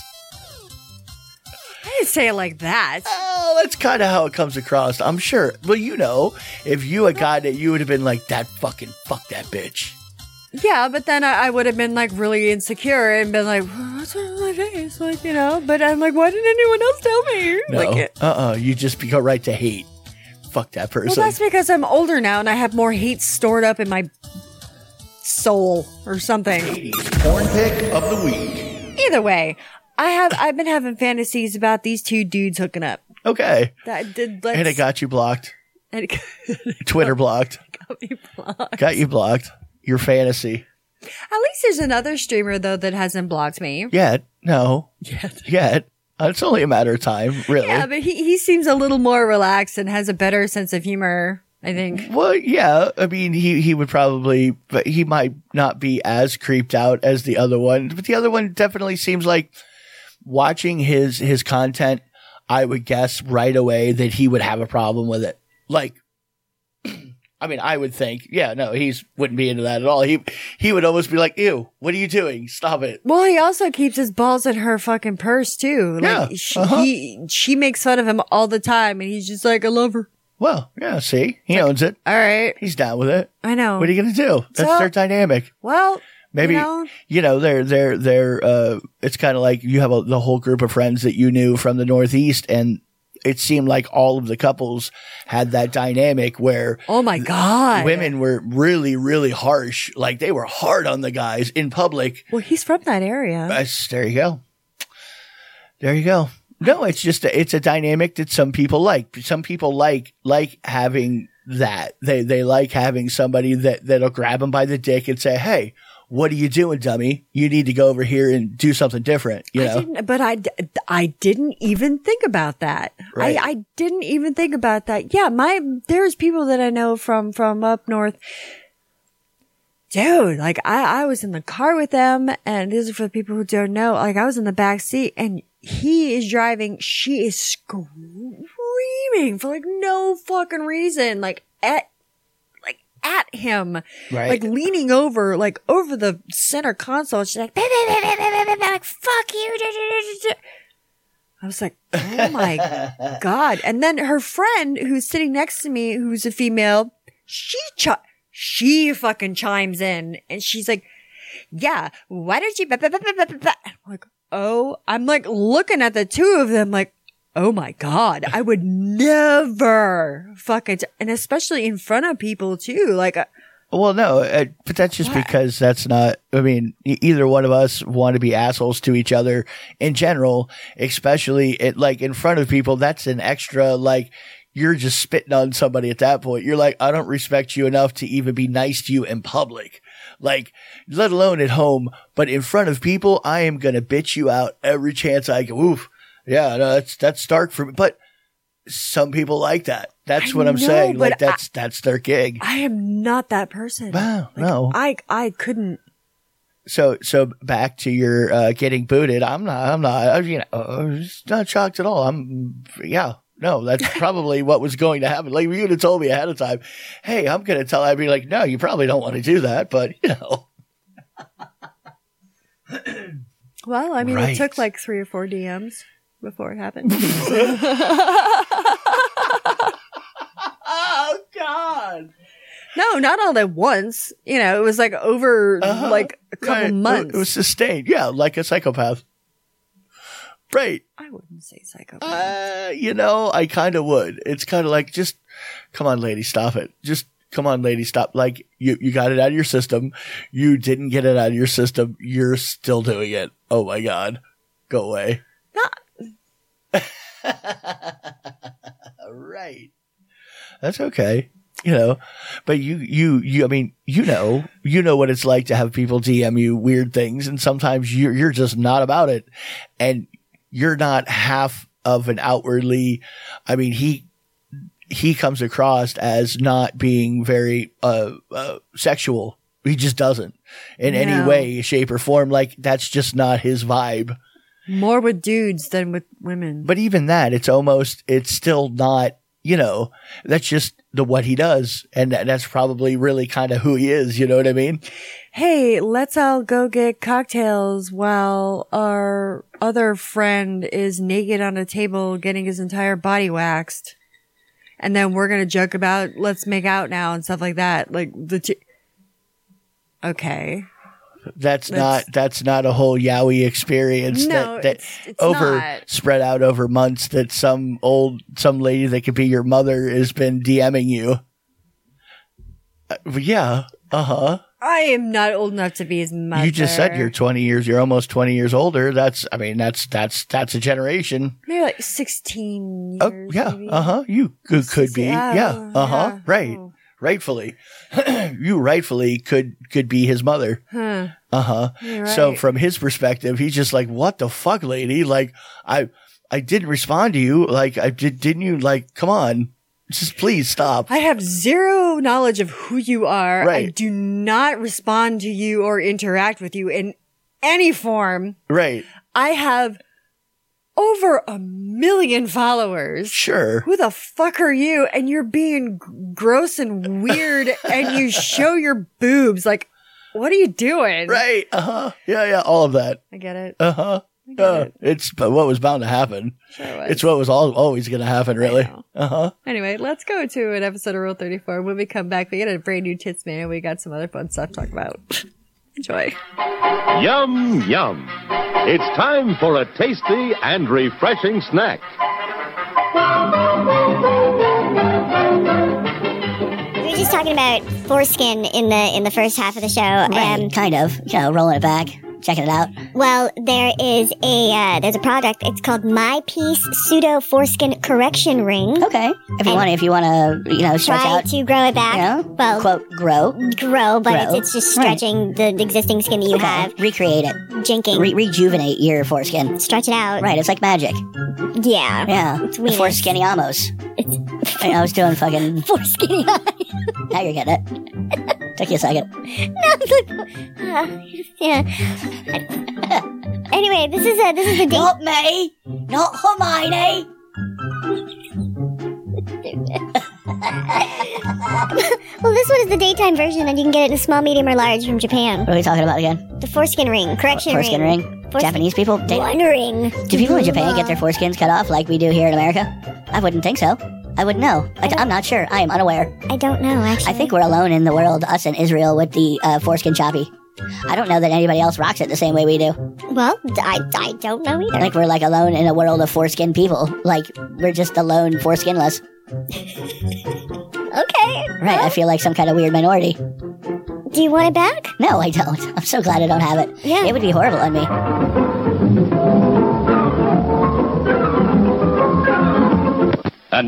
A: I didn't say it like that.
B: Oh, that's kind of how it comes across. I'm sure. Well, you know, if you had gotten it, you would have been like, that fucking fuck that bitch.
A: Yeah, but then I, I would have been like really insecure and been like, what's wrong with my face? Like, you know, but I'm like, why didn't anyone else tell me?
B: No.
A: Like, it-
B: uh uh You just go right to hate. Fuck that
A: well,
B: person.
A: that's because I'm older now and I have more hate stored up in my soul or something.
B: Porn pick of the week.
A: Either way, I have I've been having fantasies about these two dudes hooking up.
B: Okay.
A: That did let's,
B: And it got you blocked.
A: and it *laughs* Oh
B: Twitter blocked.
A: got me blocked.
B: Got you blocked. Your fantasy.
A: At least there's another streamer though that hasn't blocked me.
B: Yet. No. Yet. Yet. It's only a matter of time, really.
A: Yeah, but he, he seems a little more relaxed and has a better sense of humor, I think.
B: Well, yeah. I mean, he he would probably, but he might not be as creeped out as the other one. But the other one definitely seems like watching his his content. I would guess right away that he would have a problem with it. Like, *clears throat* I mean, I would think, yeah, no, he's wouldn't be into that at all. He he would almost be like, "Ew, what are you doing? Stop it."
A: Well, he also keeps his balls in her fucking purse too. Like
B: Yeah,
A: she,
B: uh-huh.
A: he, she makes fun of him all the time, and he's just like, "I love her."
B: Well, yeah, see, he owns it.
A: All right,
B: He's down with it.
A: I know.
B: What are you gonna do? That's
A: So-
B: their dynamic.
A: well,
B: Maybe
A: you know,
B: you know they're they're they're uh it's kind of like you have a, the whole group of friends that you knew from the northeast and it seemed like all of the couples had that dynamic where
A: oh my god,
B: women were really really harsh like they were hard on the guys in public
A: Well, he's from that area.
B: That's- there you go there you go no it's just a, it's a dynamic that some people like some people like like having that they they like having somebody that that'll grab them by the dick and say hey what are you doing dummy you need to go over here and do something different you
A: I
B: know
A: didn't, but I, d- I didn't even think about that.
B: Right.
A: I, I didn't even think about that. Yeah, my there's people that I know from from up north. Dude, like I, I was in the car with them, and these are for the people who don't know. Like I was in the back seat, and he is driving. She is screaming for like no fucking reason, like at like at him,
B: Right.
A: like leaning over, like over the center console. She's like, "Bah, bah, bah, bah, bah, bah, bah," like fuck you. da, da, da, da, da." I was like, oh my god! And then her friend, who's sitting next to me, who's a female, she chi- she fucking chimes in, and she's like, "Yeah, why don't you?" Bah, bah, bah, bah, bah, bah, bah?" And I'm like, oh, I'm like looking at the two of them, like. Oh my God. I would never fucking, t- and especially in front of people too. Like, uh,
B: Well, no, uh, but that's just because that's not. I mean, e- either one of us want to be assholes to each other in general, especially it like in front of people. That's an extra like you're just spitting on somebody at that point. You're like, I don't respect you enough to even be nice to you in public, like let alone at home. But in front of people, I am gonna bitch you out every chance I can. Oof, yeah, no, that's that's dark for me, but. Some people like that. That's
A: I
B: what I'm
A: know,
B: saying.
A: but
B: Like that's that's their gig.
A: I am not that person.
B: Wow, no.
A: I I couldn't.
B: so so back to your uh, getting booted. I'm not. I'm not. I, you know, uh, it's not shocked at all. I'm. Yeah. No,
A: *laughs*
B: that's probably what was going to happen. Like if you'd have told me ahead of time. Hey, I'm going to tell. I'd be like, no, you probably don't want to do that. But you know,
A: Well, I mean,
B: Right.
A: it took like three or four DMs before it
B: *laughs*
A: happened.
B: oh god,
A: no, not all at once. You know, it was like over like a couple months.
B: Uh-huh. It, was sustained. Yeah, like a psychopath. Right.
A: I wouldn't say psycho.
B: Uh, you know, I kind of would. It's kind of like, just come on, lady, stop it. Just come on, lady, stop. Like you, you got it out of your system. You didn't get it out of your system. You're still doing it. Oh my God. Go away.
A: Not-
B: *laughs* All right. That's okay. you know but you you you i mean you know you know what it's like to have people dm you weird things and sometimes you're, you're just not about it and you're not half of an outwardly i mean he he comes across as not being very uh, uh sexual he just doesn't in any
A: No.
B: way shape or form like that's just not his vibe
A: More with dudes than with women.
B: but even that it's almost it's still not you know that's just the what he does and that, that's probably really kind of who he is you know what i mean
A: hey, let's all go get cocktails while our other friend is naked on a table getting his entire body waxed. And then we're going to joke about let's make out now and stuff like that. Like the two. Okay.
B: that's,
A: That's-
B: not that's not a whole yowie experience
A: No,
B: that, that
A: it's- it's
B: over
A: not.
B: spread out over months that some old some lady that could be your mother has been dming you Uh, yeah uh-huh
A: I am not old enough to be his mother.
B: you just said you're 20 years you're almost 20 years older that's i mean that's that's that's a generation
A: Maybe like 16 years.
B: Oh yeah,
A: maybe.
B: uh huh. You could, could be,
A: yeah,
B: yeah, uh huh.
A: yeah.
B: Right,
A: Oh.
B: rightfully, *clears throat* you rightfully could could be his mother.
A: Huh.
B: Uh huh.
A: You're
B: So
A: right.
B: from his perspective, he's just like, "What the fuck, lady? Like, I I didn't respond to you. Like, I did. Didn't you? Like, come on, just please stop."
A: I have zero knowledge of who you are. I
B: Right.
A: do not respond to you or interact with you in any form.
B: right.
A: I have over a million followers.
B: Sure.
A: Who the fuck are you? And you're being g- gross and
B: *laughs*
A: weird and you show your boobs. Like, what are you doing?
B: Right. Uh huh. Yeah. Yeah. All of that.
A: I get it.
B: Uh huh.
A: get
B: Uh,
A: it.
B: it's what was bound to happen.
A: Sure it was.
B: It's what was all, always going to happen, really.
A: know.
B: Uh huh.
A: Anyway, let's go to an episode of Rule 34. When we come back, we got a brand new tits man and we got some other fun stuff to talk about. *laughs* Enjoy.
E: Yum, yum. It's time for a tasty and refreshing snack.
F: We were just talking about foreskin in the in the first half of the show. um,
G: Right, kind of. You know, rolling it back, checking it out.
F: well, there is a uh, there's a product. It's called My Piece Pseudo Foreskin Correction Ring.
G: Okay. If you
F: And-
G: want, if you want to, you know, stretch
F: Try
G: Oh, out,
F: to grow it back.
G: you know,
F: well,
G: quote, grow.
F: grow, but
G: grow.
F: It's, it's just stretching the, the existing skin that you
G: Okay.
F: have,
G: Recreate it.
F: jinking,
G: Re- rejuvenate your foreskin.
F: stretch it out.
G: Right, it's like magic.
F: Yeah. *laughs*
G: Yeah.
F: It's weird.
G: Foreskinny almost. I, mean, I was doing fucking foreskinny. now you're getting it. Took you a second.
F: *laughs* yeah. *laughs* anyway, this is a this is the date.
G: Not me. Not Hermione.
F: *laughs* Well, this one is the daytime version, and you can get it in small, medium, or large from Japan.
G: What are we talking about again?
F: The foreskin ring, correction
G: Foreskin
F: ring.
G: ring. Japanese people. They,
F: One ring.
G: do people in Japan get their foreskins cut off like we do here in America? I wouldn't think so. I wouldn't know. I, I'm not sure. I am unaware.
F: I don't know, actually.
G: I think we're alone in the world, us and Israel, with the uh, foreskin choppy. I don't know that anybody else rocks it the same way we do.
F: Well, d- I, I don't know
G: I
F: either.
G: think we're like alone in a world of foreskin people. Like we're just alone foreskinless.
F: Okay.
G: Right? I feel like some kind of weird minority.
F: Do you want it back?
G: No, I don't. I'm so glad I don't have it.
F: Yeah.
G: It would be horrible on me.
E: And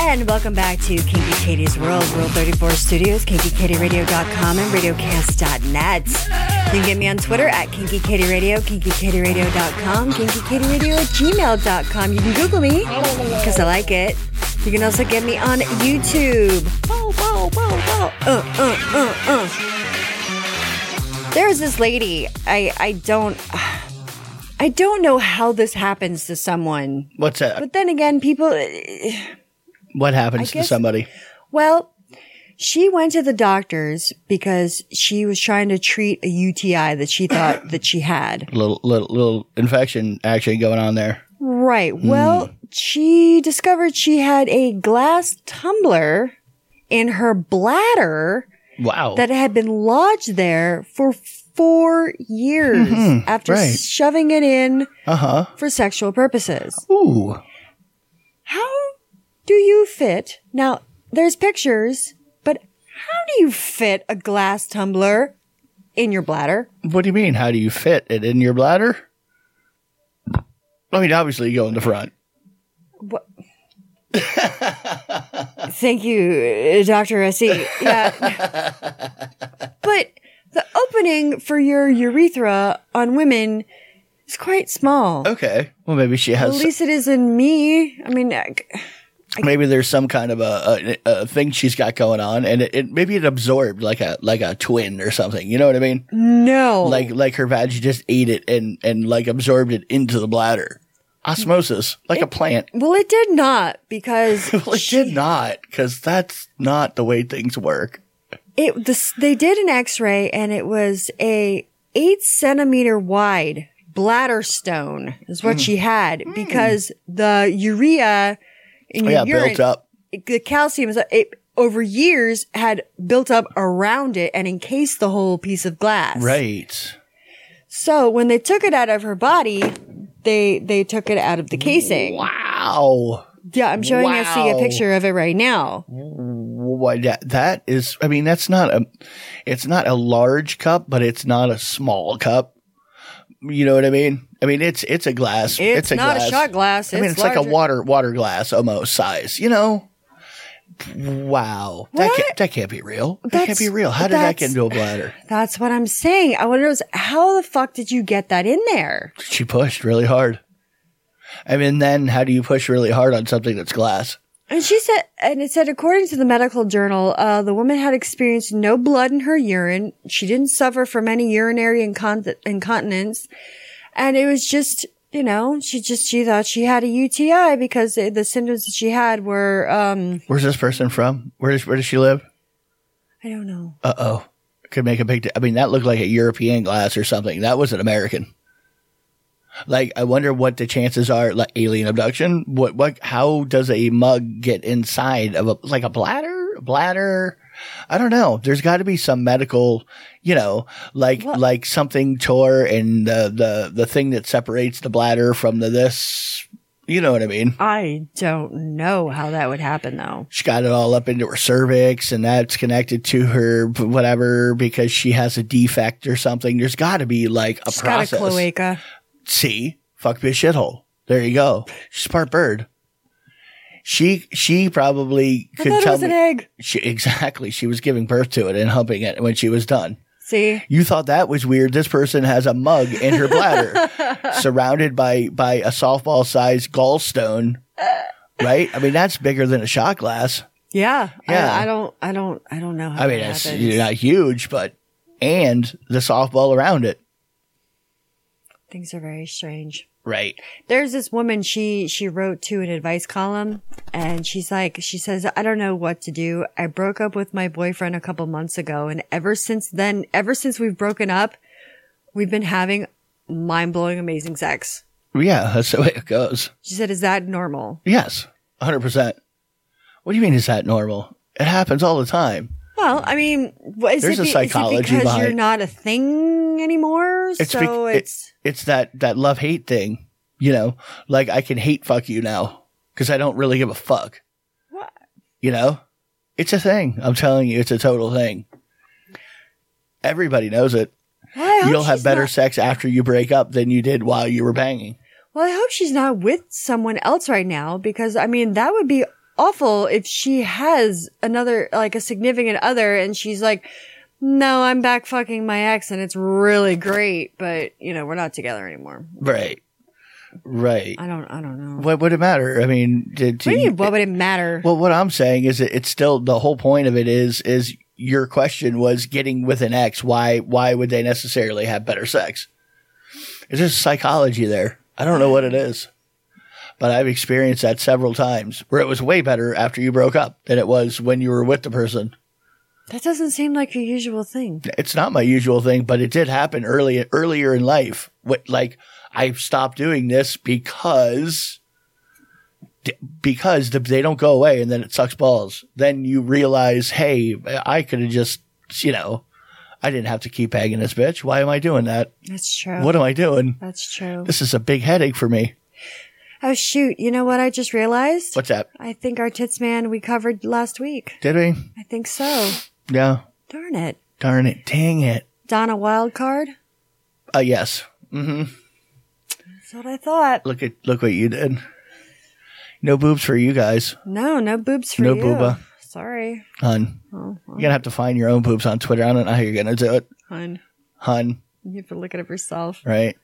A: and welcome back to Kinky Katie's World, World 34 Studios, kinkykatieradio.com and radiocast.net. You can get me on Twitter at Kinky Katie Radio, kinkykatieradio.com, kinkykatieradio at gmail.com. You can Google me because I like it. You can also get me on YouTube. Whoa, whoa, whoa, whoa. Uh, uh, uh, uh. There's this lady. I, I don't. I don't know how this happens to someone.
B: What's that?
A: But then again, people.
B: what happens
A: I
B: to
A: guess-
B: somebody?
A: Well, she went to the doctors because she was trying to treat a UTI that she thought that she had.
B: Little, little little infection action going on there.
A: Right. Well, she discovered she had a glass tumbler in her bladder
B: Wow.
A: that had been lodged there for four years after
B: right.
A: shoving it in
B: uh huh.
A: for sexual purposes.
B: Ooh.
A: how do you fit? Now, there's pictures, but how do you fit a glass tumbler in your bladder?
B: What do you mean? How do you fit it in your bladder? I mean, obviously you go in the front.
A: What? Thank you, uh, Dr. SE. Yeah.
B: *laughs*
A: but the opening for your urethra on women is quite
B: Oh,
A: small.
B: Okay. Well, maybe she
A: At
B: has.
A: least it is in me. I mean, I-
B: maybe there's some kind of a, a, a thing she's got going on, and it, it maybe it absorbed like a like a twin or something. You know what I mean?
A: no.
B: Like like her vag just ate it and and like absorbed it into the bladder. Osmosis, like a plant.
A: well, it did not because
B: *laughs* Well, it did not, because that's not the way things work.
A: it this, they did an x-ray and it was a eight centimeter wide bladder stone is what she had because the urea in your
B: Hmm. Oh, Yeah,
A: urine,
B: built up.
A: the calcium is it over years had built up around it and encased the whole piece of glass
B: Right.
A: so when they took it out of her body they they took it out of the casing
B: Wow.
A: yeah i'm showing you see a
B: Wow.
A: picture of it right now
B: Why that that is I mean that's not a it's not a large cup, but it's not a small cup. You know what I mean? I mean it's it's a glass.
A: it's,
B: a
A: not
B: glass.
A: a shot glass
B: I mean it's, like a
A: larger-
B: water water glass almost size, you know? Wow. That can't
A: What?
B: that can't be real. that
A: That's-
B: can't be real. How did that
A: that's-
B: get into a bladder?
A: That's what I'm saying. I wonder is how the fuck did you get that in there?
B: She pushed really hard. I mean then how do you push really hard on something that's glass?
A: And she said, and it said, according to the medical journal, uh, the woman had experienced no blood in her urine. She didn't suffer from any urinary incont- incontinence, and it was just, you know, she just she thought she had a UTI because the, the symptoms that she had were, um,
B: Where's this person from? Where does where does she live?
A: I don't know.
B: Uh oh. Could make a big. di- I mean, that looked like a European glass or something. That was an American. Like, I wonder what the chances are. Like alien abduction. What? What? How does a mug get inside of a like a bladder? Bladder? I don't know. There's got to be some medical, you know, like
A: What?
B: like something tore and the the the thing that separates the bladder from the this. You know what I mean?
A: I don't know how that would happen though.
B: she got it all up into her cervix and that's connected to her b- whatever because she has a defect or something. There's got to be like a
A: She's got a
B: process.
A: cloaca.
B: See, fuck be a shithole. There you go. She's a smart bird. She she probably
A: I
B: could
A: thought it
B: tell
A: was
B: me
A: an egg.
B: She, exactly. She was giving birth to it and humping it when she was done.
A: See,
B: You thought that was weird. This person has a mug in her
A: *laughs*
B: bladder, surrounded by by a softball sized gallstone. Right? I mean, that's bigger than a shot glass.
A: yeah,
B: Yeah.
A: I, I don't, I don't, I don't know. How
B: I mean,
A: that
B: it's
A: happens.
B: you're not huge, but and the softball around it.
A: Things are very strange.
B: Right.
A: There's this woman she she wrote to an advice column and she's like she says I don't know what to do. I broke up with my boyfriend a couple months ago and ever since then ever since we've broken up we've been having mind-blowing amazing sex.
B: Yeah, that's the way it goes.
A: She said is that normal?
B: Yes, 100%. What do you mean is that normal? It happens all the time.
A: Well, I mean, what- is,
B: There's
A: it,
B: a
A: be- is it
B: psychology
A: because you're
B: behind-
A: not a thing anymore?
B: It's
A: so
B: bec- it-
A: it's
B: It's that that love-hate thing, you know? Like I can hate fuck you now cuz I don't really give a fuck.
A: What?
B: You know? It's a thing. I'm telling you, it's a total thing. Everybody knows it.
A: Well, I hope
B: You'll have
A: she's
B: better
A: not-
B: sex after you break up than you did while you were banging.
A: Well, I hope she's not with someone else right now because I mean that would be awful if she has another, like a significant other and she's like, no, I'm back fucking my ex and it's really great, but you know, we're not together anymore.
B: Right. Right.
A: I don't, I don't know.
B: What would it matter? I mean, did
A: What do you mean, what would it matter?
B: Well, what I'm saying is that it's still the whole point of it is is your question was getting with an ex. Why why would they necessarily have better sex? It's just psychology there. I don't know what it is, but I've experienced that several times where it was way better after you broke up than it was when you were with the person.
A: that doesn't seem like your usual thing.
B: It's not my usual thing, but it did happen early earlier in life. What like I stopped doing this because d- because th- they don't go away, and then it sucks balls. Then you realize, hey, I could have just you know, I didn't have to keep hanging this bitch. Why am I doing that?
A: That's true.
B: What am I doing?
A: That's true.
B: This is a big headache for me.
A: Oh shoot. You know what I just realized?
B: What's that?
A: I think our tits man we covered last week.
B: Did we?
A: I think so.
B: Yeah.
A: Darn it.
B: Darn it. Dang it.
A: Donna Wildcard?
B: Uh, yes. Mm-hmm.
A: That's what I thought.
B: Look at look what you did. No boobs for you guys,
A: No, no boobs for
B: No
A: you.
B: booba.
A: Sorry.
B: hun.
A: Uh-huh.
B: You're gonna have to find your own boobs on Twitter. I don't know how you're gonna do it,
A: Hun.
B: hun.
A: You have to look it up yourself.
B: Right?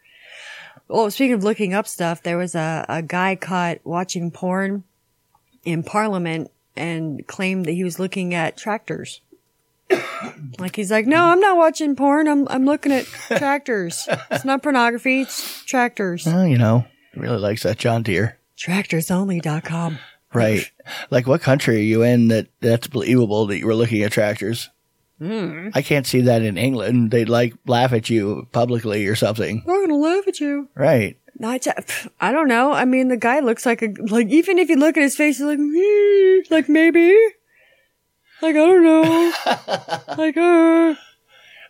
A: Well, speaking of looking up stuff, there was a, a guy caught watching porn in Parliament and claimed that he was looking at tractors. *coughs* like he's like, no, I'm not watching porn. I'm I'm looking at tractors. it's not pornography. It's tractors.
B: *laughs* Well, you know, he really likes that John Deere.
A: Tractorsonly.com.
B: Right? like, what country are you in that that's believable that you were looking at tractors?
A: Hmm.
B: I can't see that in England. They'd like laugh at you publicly or something.
A: We're gonna laugh at you.
B: Right?
A: No, I, ju- pff, I don't know. I mean, the guy looks like a like. Even if you look at his face, he's like, "Hmm," like maybe, like I don't
B: *laughs*
A: know, like uh.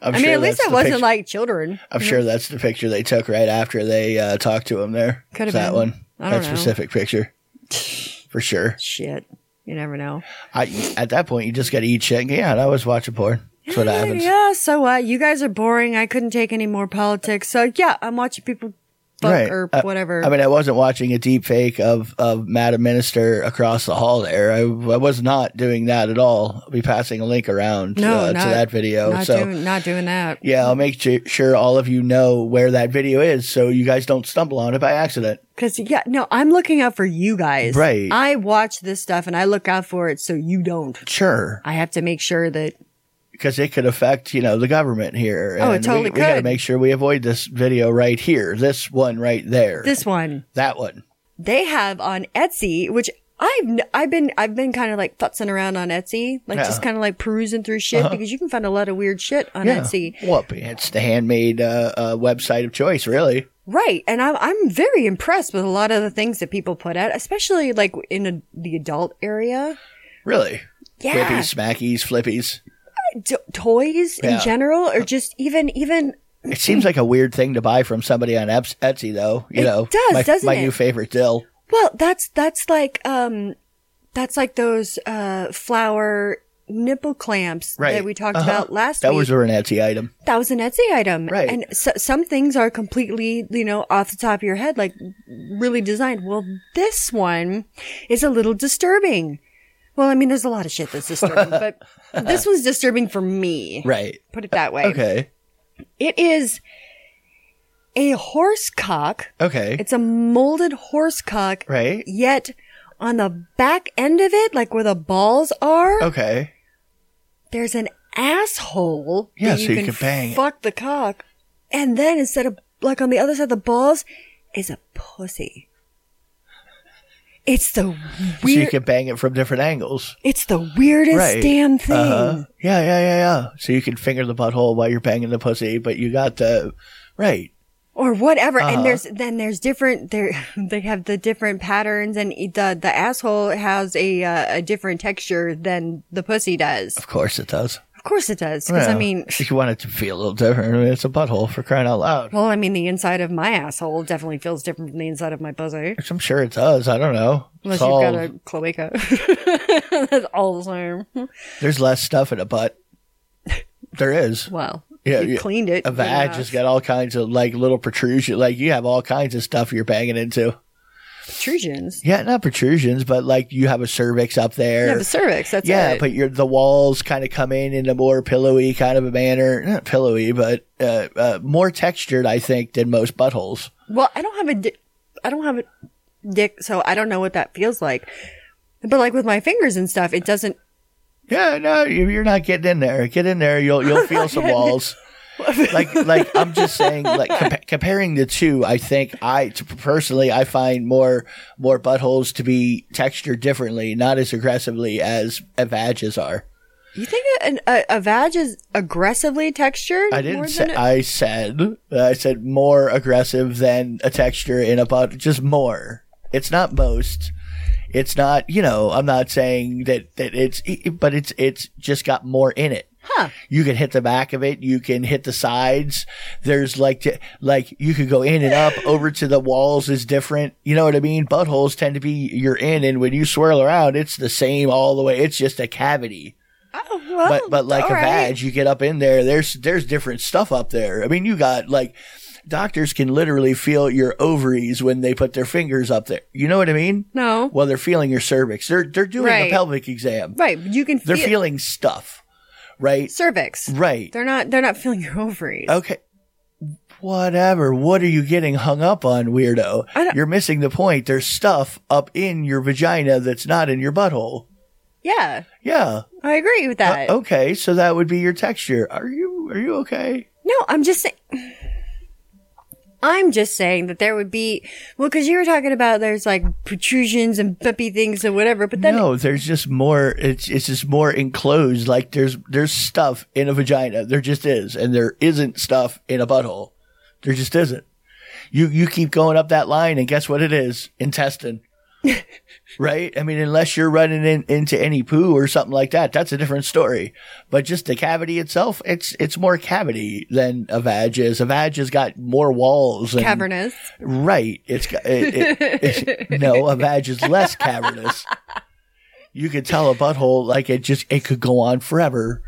B: I'm
A: I mean, at least
B: that's
A: I
B: the
A: wasn't
B: picture-
A: like children.
B: I'm sure that's the picture they took right after they uh, talked to him. There,
A: Could've
B: It's that
A: been.
B: one.
A: I don't
B: that
A: know. *sighs*
B: specific picture, for sure.
A: Shit, you never know.
B: I at that point you just got to eat shit. and go, Yeah, and I was watching porn. That's what happens.
A: Yeah, so what? You guys are boring. I couldn't take any more politics. So yeah, I'm watching people fuck or
B: I-
A: whatever.
B: I mean, I wasn't watching a deep fake of, of Madam Minister across the hall there. I, I was not doing that at all. I'll be passing a link around
A: no,
B: uh,
A: not,
B: to that video.
A: Not
B: so,
A: doing, not doing that.
B: yeah, I'll make ju- sure all of you know where that video is so you guys don't stumble on it by accident.
A: Cause yeah, no, I'm looking out for you guys.
B: Right.
A: I watch this stuff and I look out for it, so you don't.
B: Sure.
A: I have to make sure that
B: Because it could affect, you know, the government here.
A: Oh, it
B: and
A: totally
B: we, We got to
A: could.
B: make sure we avoid this video right here. This one right there.
A: this one
B: that one.
A: they have on Etsy, which I've n- I've been I've been kind of like futzing around on Etsy, like just
B: Yeah. Uh-huh.
A: kind of like perusing through shit because you can find a lot of weird shit on Etsy,
B: Well, it's the handmade uh, uh, website of choice, really.
A: right? And I'm I'm very impressed with a lot of the things that people put out, especially like in a, the adult area.
B: Really.
A: Yeah,
B: Flippies, smackies, flippies.
A: D- toys in
B: Yeah.
A: general, or just even even
B: It seems like a weird thing to buy from somebody on Eps- Etsy, though. You
A: It
B: know,
A: does,
B: my,
A: doesn't
B: my
A: it?
B: new favorite dill.
A: well, that's that's like um, that's like those uh flower nipple clamps that
B: Right.
A: we talked
B: Uh-huh.
A: about last
B: That
A: week.
B: was an Etsy item.
A: that was an Etsy item.
B: Right.
A: And so, some things are completely, you know, off the top of your head, like really designed. Well, this one is a little disturbing. Well, I mean, there's a lot of shit that's
B: *laughs*
A: disturbing, but this one's disturbing for me.
B: Right.
A: Put it that way.
B: Okay.
A: It is a horse cock.
B: Okay.
A: It's a molded horse cock.
B: right.
A: Yet on the back end of it, like where the balls are,
B: Okay.
A: there's an asshole.
B: Yeah,
A: that
B: so you can bang it.
A: Fuck the cock, and then instead of like on the other side of the balls is a pussy. It's the
B: So you
A: weird.
B: can bang it from different angles.
A: it's the weirdest
B: Right.
A: damn thing.
B: Uh-huh. Yeah, yeah, yeah, yeah. So you can finger the butthole while you're banging the pussy, but you got the right.
A: or whatever.
B: uh-huh.
A: And there's then there's different there *laughs* they have the different patterns, and e, the the asshole has a uh, a different texture than the pussy does.
B: Of course it does.
A: Of course it does, because I
B: Well,
A: mean.
B: if you want it to feel a little different, I mean, it's a butthole for crying out loud.
A: Well, I mean, the inside of my asshole definitely feels different from the inside of my pussy.
B: Which I'm sure it does. I don't know.
A: Unless
B: It's all-
A: you've got a cloaca. *laughs* That's all the same.
B: There's less stuff in a butt. There is.
A: Well,
B: Yeah,
A: you
B: yeah.
A: cleaned it.
B: A vag
A: Yeah.
B: has got all kinds of like little protrusion. Like you have all kinds of stuff you're banging into.
A: protrusions.
B: Yeah, not protrusions, but like you have a cervix up there.
A: Yeah, the cervix. That's
B: yeah,
A: it.
B: but your the walls kind of come in in a more pillowy kind of a manner. Not pillowy, but uh, uh, more textured, I think, than most buttholes.
A: well, I don't have a dick. I don't have a dick, so I don't know what that feels like. But like with my fingers and stuff, it doesn't.
B: Yeah, no, you- you're not getting in there. Get in there, you'll you'll feel some walls. like like I'm just saying, like compa- comparing the two, I think I t- personally I find more more buttholes to be textured differently, not as aggressively as vages are.
A: You think an, a, a vag is aggressively textured? more
B: I didn't
A: than
B: say.
A: a-
B: I said. I said more aggressive than a texture in a butt. Just more. It's not most. It's not. You know. I'm not saying that that it's. e, But it's it's just got more in it. Huh. You can hit the back of it. You can hit the sides. There's like t- like you could go in
A: *laughs*
B: and up. Over to the walls is different. You know what I mean? Buttholes tend to be you're in, and when you swirl around, it's the same all the way. It's just a cavity
A: Oh, well,
B: but but like
A: all
B: a
A: right.
B: badge, you get up in there. There's there's different stuff up there. I mean, you got like doctors can literally feel your ovaries when they put their fingers up there. You know what I mean?
A: No.
B: Well, they're feeling your cervix. They're they're doing
A: Right.
B: a pelvic exam.
A: Right, you can
B: They're
A: feel
B: feeling stuff. Right.
A: cervix.
B: Right. Oh.
A: They're not. They're not feeling your ovaries.
B: Okay. Whatever. What are you getting hung up on, weirdo?
A: I don't-
B: You're missing the point. There's stuff up in your vagina that's not in your butthole.
A: Yeah,
B: Yeah.
A: I agree with
B: Uh,
A: that.
B: okay. So that would be your texture. Are you are you okay?
A: No, I'm just saying. I'm just saying that there would be well, because you were talking about there's like protrusions and bumpy things and whatever, but then
B: no, there's just more. It's it's just more enclosed. Like there's there's stuff in a vagina. There just is, and there isn't stuff in a butthole. There just isn't. You you keep going up that line, and guess what? It is
A: *laughs*
B: intestine. right? I mean, unless you're running in, into any poo or something like that, that's a different story. But just the cavity itself, it's it's more cavity than a vag is. A vag has got more walls. And,
A: cavernous.
B: Right. It's got- it, it, it- no a vag is less cavernous. You could tell a butthole like it just it could go on forever.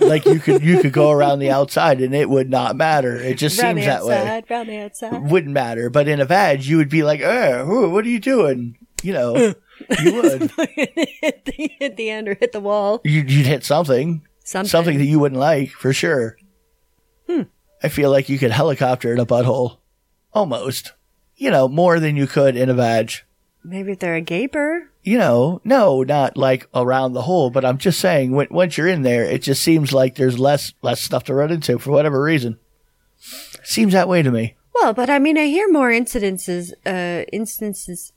B: like you could you could go around the outside and it would not matter. It just
A: Round
B: seems
A: the
B: that way.
A: outside, round the outside. *laughs*
B: Wouldn't matter. But in a vag, you would be like, "Uh, wh- what are you doing?" You know,
A: *laughs*
B: you would.
A: hit, the, hit the end or hit the wall.
B: You'd, you'd hit something,
A: Something. Hmm.
B: something that you wouldn't like for sure. I feel like you could helicopter in a butthole, almost. You know, more than you could in a vag.
A: Maybe if they're a gaper.
B: you know, no, not like around the hole, but I'm just saying when, once you're in there, it just seems like there's less less stuff to run into for whatever reason. Seems that way to me.
A: Well, but I mean, I hear more incidences, uh, instances.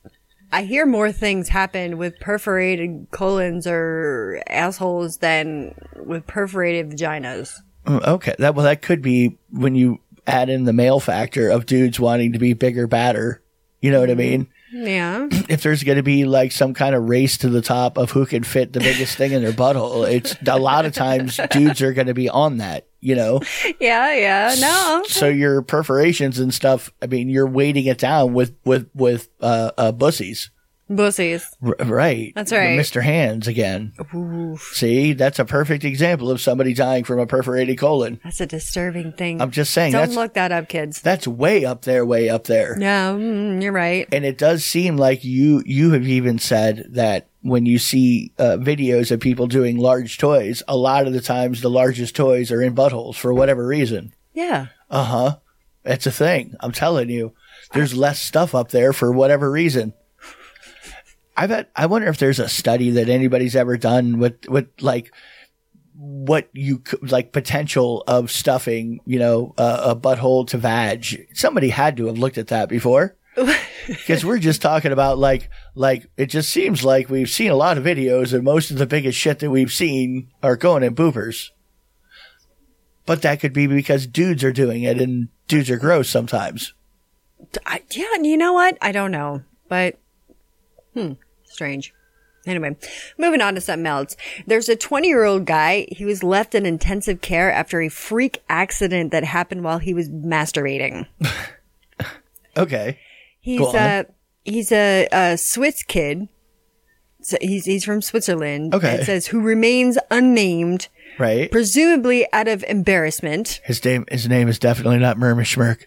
A: I hear more things happen with perforated colons or assholes than with perforated vaginas.
B: Mm, Okay, that well, that could be when you add in the male factor of dudes wanting to be bigger, badder. You know what I mean?
A: Yeah. *laughs*
B: If there's going to be like some kind of race to the top of who can fit the biggest thing in their butthole, it's a lot of times dudes are going to be on that. You know.
A: Yeah, yeah. No.
B: so your perforations and stuff i mean you're weighting it down with with with uh, uh bussies
A: Bussies.
B: R- right
A: That's right.
B: mr hands again see that's a perfect example of somebody dying from a perforated colon
A: That's a disturbing thing.
B: i'm just saying
A: Don't
B: that's
A: look that up, kids.
B: that's way up there way up there
A: No, mm, you're right.
B: and it does seem like you you have even said that when you see uh, videos of people doing large toys a lot of the times the largest toys are in buttholes for whatever reason
A: Yeah.
B: Uh huh. It's a thing. I'm telling you. There's less stuff up there for whatever reason. I bet. I wonder if there's a study that anybody's ever done with with like what you c- like potential of stuffing. You know, uh, a butthole to vag. Somebody had to have looked at that before. Because we're just talking about like like it just seems like we've seen a lot of videos and most of the biggest shit that we've seen are going in boopers. But that could be because dudes are doing it and dudes are gross sometimes.
A: I, yeah, and you know what? I don't know, but hmm, strange. Anyway, moving on to something else. There's a 20 year old guy. He was left in intensive care after a freak accident that happened while he was masturbating.
B: Okay.
A: He's
B: Go on.
A: a he's a, a Swiss kid. So he's he's from Switzerland.
B: Okay.
A: It says who remains unnamed,
B: Right.
A: presumably out of embarrassment.
B: His name his name is definitely not Murmish Schmirk.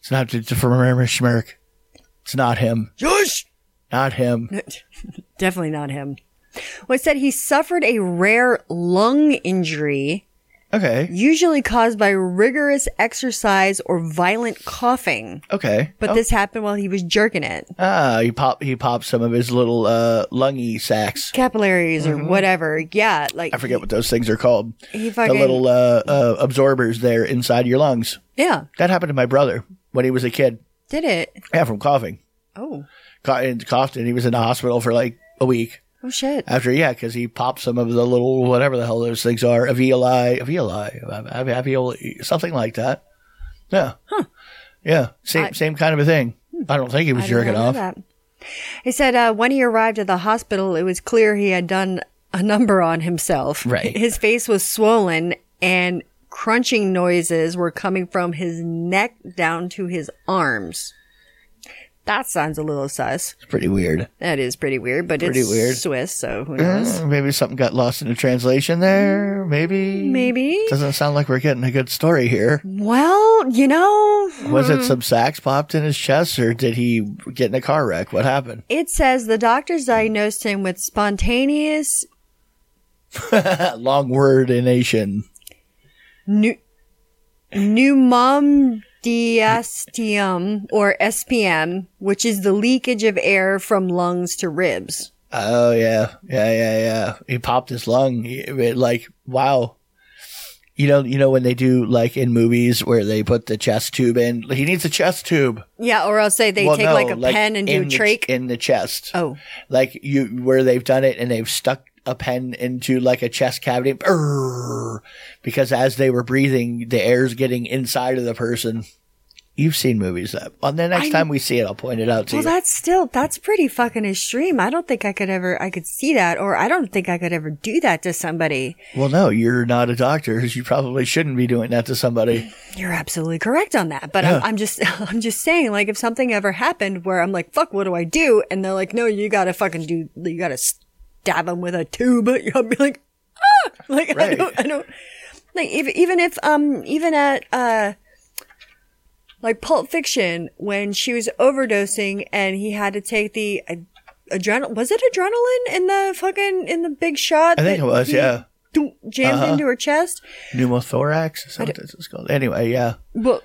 B: It's not it's for Murmish Schmirk. It's not him.
A: Yush!
B: Not him.
A: Definitely not him. Well, it said he suffered a rare lung injury,
B: Okay.
A: usually caused by rigorous exercise or violent coughing.
B: Okay.
A: But
B: Oh,
A: this happened while he was jerking it.
B: ah, he pop he popped some of his little uh lungy sacks.
A: Capillaries
B: Mm-hmm.
A: or whatever. Yeah. Like
B: I forget what those things are called.
A: He
B: the
A: fucking
B: little uh, uh absorbers there inside your lungs.
A: Yeah.
B: That happened to my brother when he was a kid.
A: Did it.
B: Yeah, from coughing.
A: Oh.
B: Caught and coughed, and he was in the hospital for like a week
A: Oh shit.
B: after. Yeah, because he popped some of the little whatever the hell those things are, alveoli, alveoli, av- av- alveoli, something like that. Yeah, yeah, same same kind of a thing. I don't think he was
A: Hmm. I did
B: jerking
A: not know
B: off.
A: that. He said uh, when he arrived at the hospital, it was clear he had done a number on himself.
B: Right.
A: His face was swollen and crunching noises were coming from his neck down to his arms. That sounds a little sus.
B: It's pretty weird.
A: That is pretty weird, but
B: Pretty
A: it's
B: weird.
A: Swiss, so who knows?
B: Uh, Maybe something got lost in the translation there. Maybe.
A: Hmm. Maybe.
B: Doesn't sound like we're getting a good story here.
A: Well, you know,
B: Was
A: Hmm.
B: it some sacks popped in his chest, or did he get in a car wreck? What happened? *laughs*
A: it says the doctors diagnosed him with spontaneous
B: That long word in Asian.
A: New pneumomdiastium or SPM, which is the leakage of air from lungs to ribs.
B: Oh yeah, yeah, yeah, yeah. He popped his lung. He- it, like wow. You know, you know when they do like in movies where they put the chest tube in. He needs a chest tube.
A: Yeah, or else they, they
B: Well,
A: take
B: no,
A: like a pen and do a
B: in the-
A: trach.
B: in the chest.
A: oh,
B: like you where they've done it and they've stuck a pen into like a chest cavity Brrr. because as they were breathing the air's getting inside of the person you've seen movies that on the next time we see it i'll point it out to
A: well,
B: you
A: that's still that's pretty fucking extreme. I don't think I could ever I could see that, or I don't think I could ever do that to somebody.
B: well no you're not a doctor you probably shouldn't be doing that to somebody
A: You're absolutely correct on that, but
B: Yeah.
A: I'm, I'm just *laughs* I'm just saying, like, if something ever happened where I'm like, "Fuck, what do I do?" and they're like, "No, you gotta fucking do, you gotta stab him with a tube," *laughs* I'll be like, "Ah!" *laughs* Like I
B: Right.
A: don't, I don't, like if, even if um even at uh like Pulp Fiction when she was overdosing and he had to take the ad- adrenaline was it adrenaline in the fucking in the big shot?
B: i think it
A: that
B: was
A: he
B: yeah Uh-huh.
A: dunk- jammed into her chest.
B: pneumothorax is that what this is called anyway yeah
A: Well,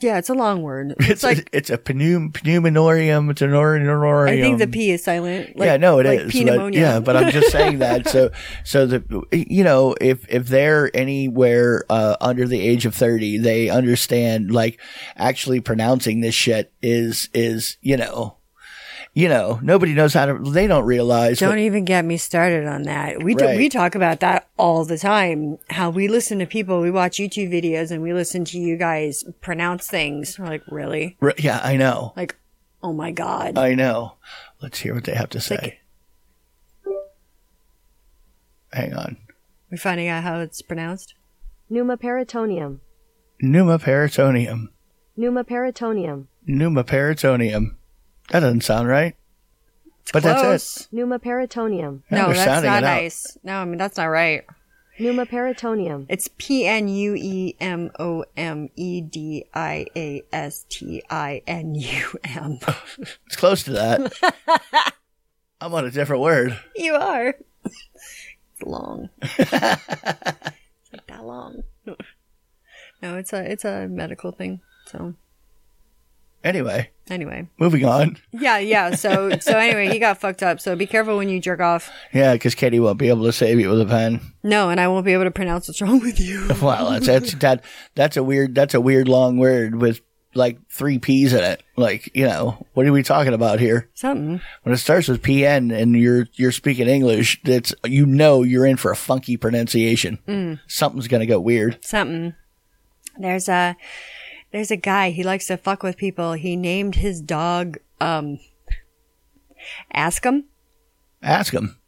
A: yeah, it's a long word.
B: *laughs* it's,
A: like-
B: a, it's a pneum, pneumonorium tenorium.
A: I think the P is silent. Like,
B: yeah, no, it
A: like
B: is.
A: P
B: but-
A: pneumonia.
B: yeah, but I'm just saying that. So, *laughs* so the you know, if if they're anywhere uh, under the age of thirty, they understand like actually pronouncing this shit is is you know, you know, nobody knows how to. They don't realize.
A: don't
B: what-
A: even get me started on that. We do,
B: Right.
A: we talk about that all the time. How we listen to people, we watch YouTube videos, and we listen to you guys pronounce things. We're like, really?
B: re- yeah, I know,
A: Like, oh my god!
B: I know. Let's hear what they have to say. Hang on,
A: We're finding out how it's pronounced.
H: Pneumoperitoneum.
B: pneumoperitoneum,
H: Pneumoperitoneum.
B: pneumoperitoneum. That doesn't sound right. but that's it.
A: Close.
H: Pneumoperitoneum.
B: Yeah,
A: No,
B: they're
A: that's
B: sounding
A: not
B: it out.
A: nice. No, I mean that's not right.
H: Pneumoperitoneum.
A: It's P N U E M O M E D I A S T I N U M.
B: It's close to that. I'm on a different word.
A: You are. It's *laughs* long. it's like that long. No, it's a it's a medical thing. So
B: Anyway,
A: anyway,
B: moving on.
A: yeah, yeah. *laughs* So so anyway, he got fucked up. So be careful when you jerk off.
B: Yeah, because Katie won't be able to save you with a pen. *laughs*
A: No, and I won't be able to pronounce what's wrong with you.
B: Well, that's that's that that's a weird that's a weird long word with like three P's in it. Like you know, what are we talking about here?
A: Something.
B: When it starts with PN and you're you're speaking English, that's you know you're in for a funky pronunciation. Something's gonna go weird.
A: something. There's a there's a guy he likes to fuck with people. He named his dog um Ask him.
B: Ask him.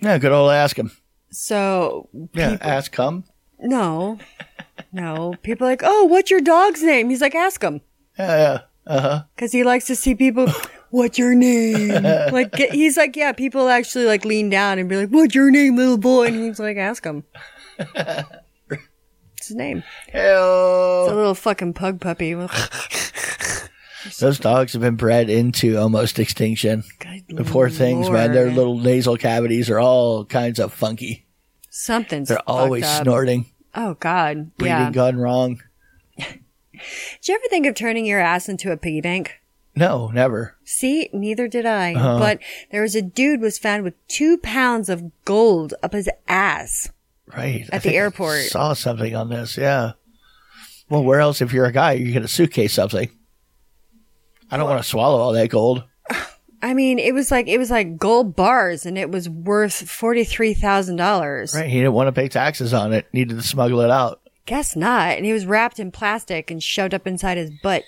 B: Yeah, good old ask him.
A: So
B: Yeah, ask him.
A: no. No. People are like, "Oh, what's your dog's name?" He's like, "Ask him."
B: Yeah, yeah. Uh huh.
A: Cuz he likes to see
B: *laughs*
A: people What's your name? like get- he's like, yeah. People actually like lean down and be like, "What's your name, little boy?" And he's like, "Ask
B: *laughs*
A: him." It's his name.
B: Hello. *laughs*
A: It's a little fucking pug puppy.
B: Those dogs have been bred into almost extinction. the poor things, man. Their
A: Lord.
B: little nasal cavities are all kinds of funky.
A: Something's
B: They're always
A: fucked up.
B: snorting,
A: Oh God,
B: breathing
A: yeah.
B: gone wrong.
A: Did you ever think of turning your ass into a piggy bank?
B: No, never.
A: See, neither did I.
B: Uh-huh.
A: But there was a dude was found with two pounds of gold up his ass.
B: Right.
A: At the
B: think I
A: airport.
B: saw something on this, yeah. Well, where else if you're a guy, you're gonna suitcase something. I don't want to swallow all that gold.
A: I mean, it was like it was like gold bars, and it was worth forty three thousand dollars.
B: Right. He didn't want to pay taxes on it, needed to smuggle it out.
A: Guess not. And he was wrapped in plastic and shoved up inside his butt.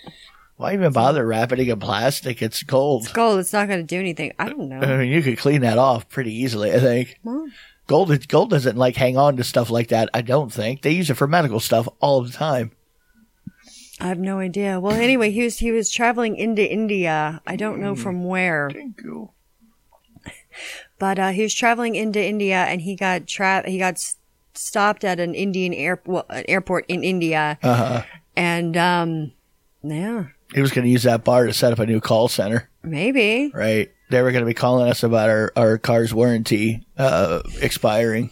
B: Why even bother wrapping it in plastic? It's gold.
A: It's gold. It's not going to do anything. I don't know.
B: I mean, you could clean that off pretty easily, I think. Gold, gold doesn't like hang on to stuff like that. I don't think they use it for medical stuff all the time.
A: I have no idea. Well, anyway, he was he was traveling into India. I don't know from where. *laughs* But uh, he was traveling into India, and he got tra- he got s- stopped at an Indian air- well, an airport in India, and um, yeah,
B: He was going to use that bar to set up a new call center,
A: maybe
B: right? They were going to be calling us about our, our car's warranty uh, expiring.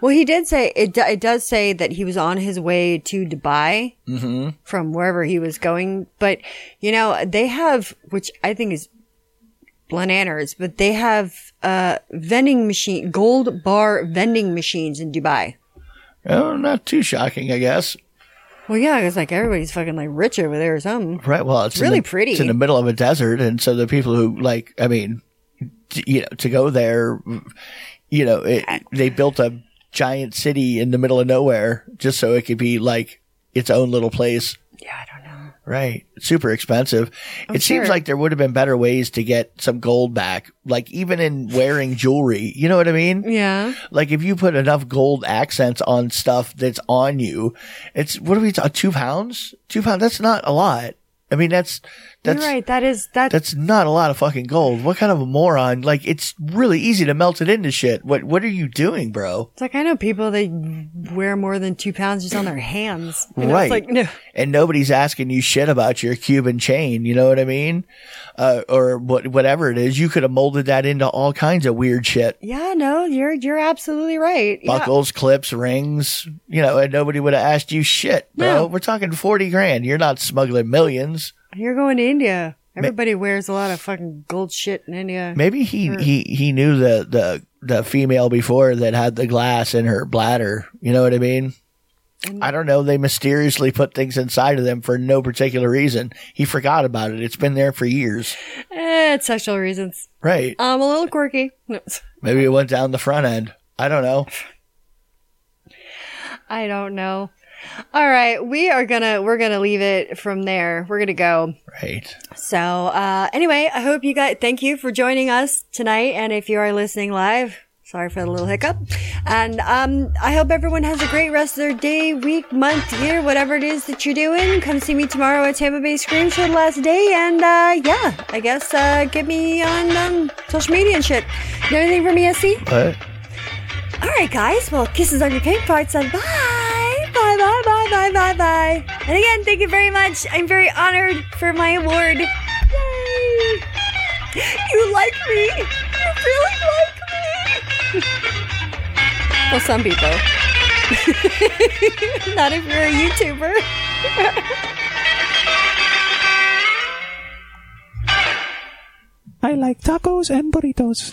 A: Well, he did say it. do- It does say that he was on his way to Dubai from wherever he was going. But you know, they have, which I think is bananas, but they have uh, vending machine, gold bar vending machines in Dubai.
B: Oh, not too shocking, I guess.
A: Well, yeah, it's like everybody's fucking like rich over there or something.
B: Right. Well, it's in
A: Really
B: the-
A: pretty.
B: It's in the middle of a desert, and so the people who like, I mean, t- you know, to go there, you know, it, they built a giant city in the middle of nowhere just so it could be like its own little place.
A: Yeah, I don't know.
B: Right. Super expensive. it seems like there would have been better ways to get some gold back, like even in wearing jewelry. You know what I mean?
A: Yeah,
B: Like if you put enough gold accents on stuff that's on you, it's what are we talking? Two pounds? Two pounds? That's not a lot. I mean, that's that's
A: you're right. That is that.
B: that's not a lot of fucking gold. What kind of a moron? Like it's really easy to melt it into shit. What what are you doing, bro?
A: It's like I know people that wear more than two pounds just on their hands. You know,
B: right.
A: It's like no.
B: And nobody's asking you shit about your Cuban chain. You know what I mean? Uh, or what whatever it is, you could have molded that into all kinds of weird shit.
A: Yeah, no, you're you're absolutely right. Yeah.
B: buckles, clips, rings, you know, and nobody would have asked you shit, bro.
A: No.
B: We're talking 40 grand. You're not smuggling millions.
A: You're going to India. Everybody wears a lot of fucking gold shit in India.
B: Maybe he, he, he knew the, the, the female before that had the glass in her bladder. You know what I mean? I don't know. They mysteriously put things inside of them for no particular reason. He forgot about it. It's been there for years.
A: Eh, it's sexual reasons.
B: Right.
A: I'm a little quirky. No, *laughs*
B: Maybe it went down the front end. I don't know.
A: I don't know. All right, we are gonna we're gonna leave it from there. We're gonna go.
B: Right.
A: So uh, anyway, I hope you guys thank you for joining us tonight. And if you are listening live, sorry for the little hiccup. And um, I hope everyone has a great rest of their day, week, month, year, whatever it is that you're doing. Come see me tomorrow at Tampa Bay Scream Show the last day. And uh, yeah, I guess uh, get me on um, social media and shit. You know anything for me, SC?
B: But
A: All right, guys. Well, kisses on your pink parts. And bye. Bye, bye, bye, bye, bye, bye. And again, thank you very much. I'm very honored for my award. Yay! You like me. You really like me. *laughs* well, some people. *laughs* Not if you're a YouTuber.
I: I like tacos and burritos.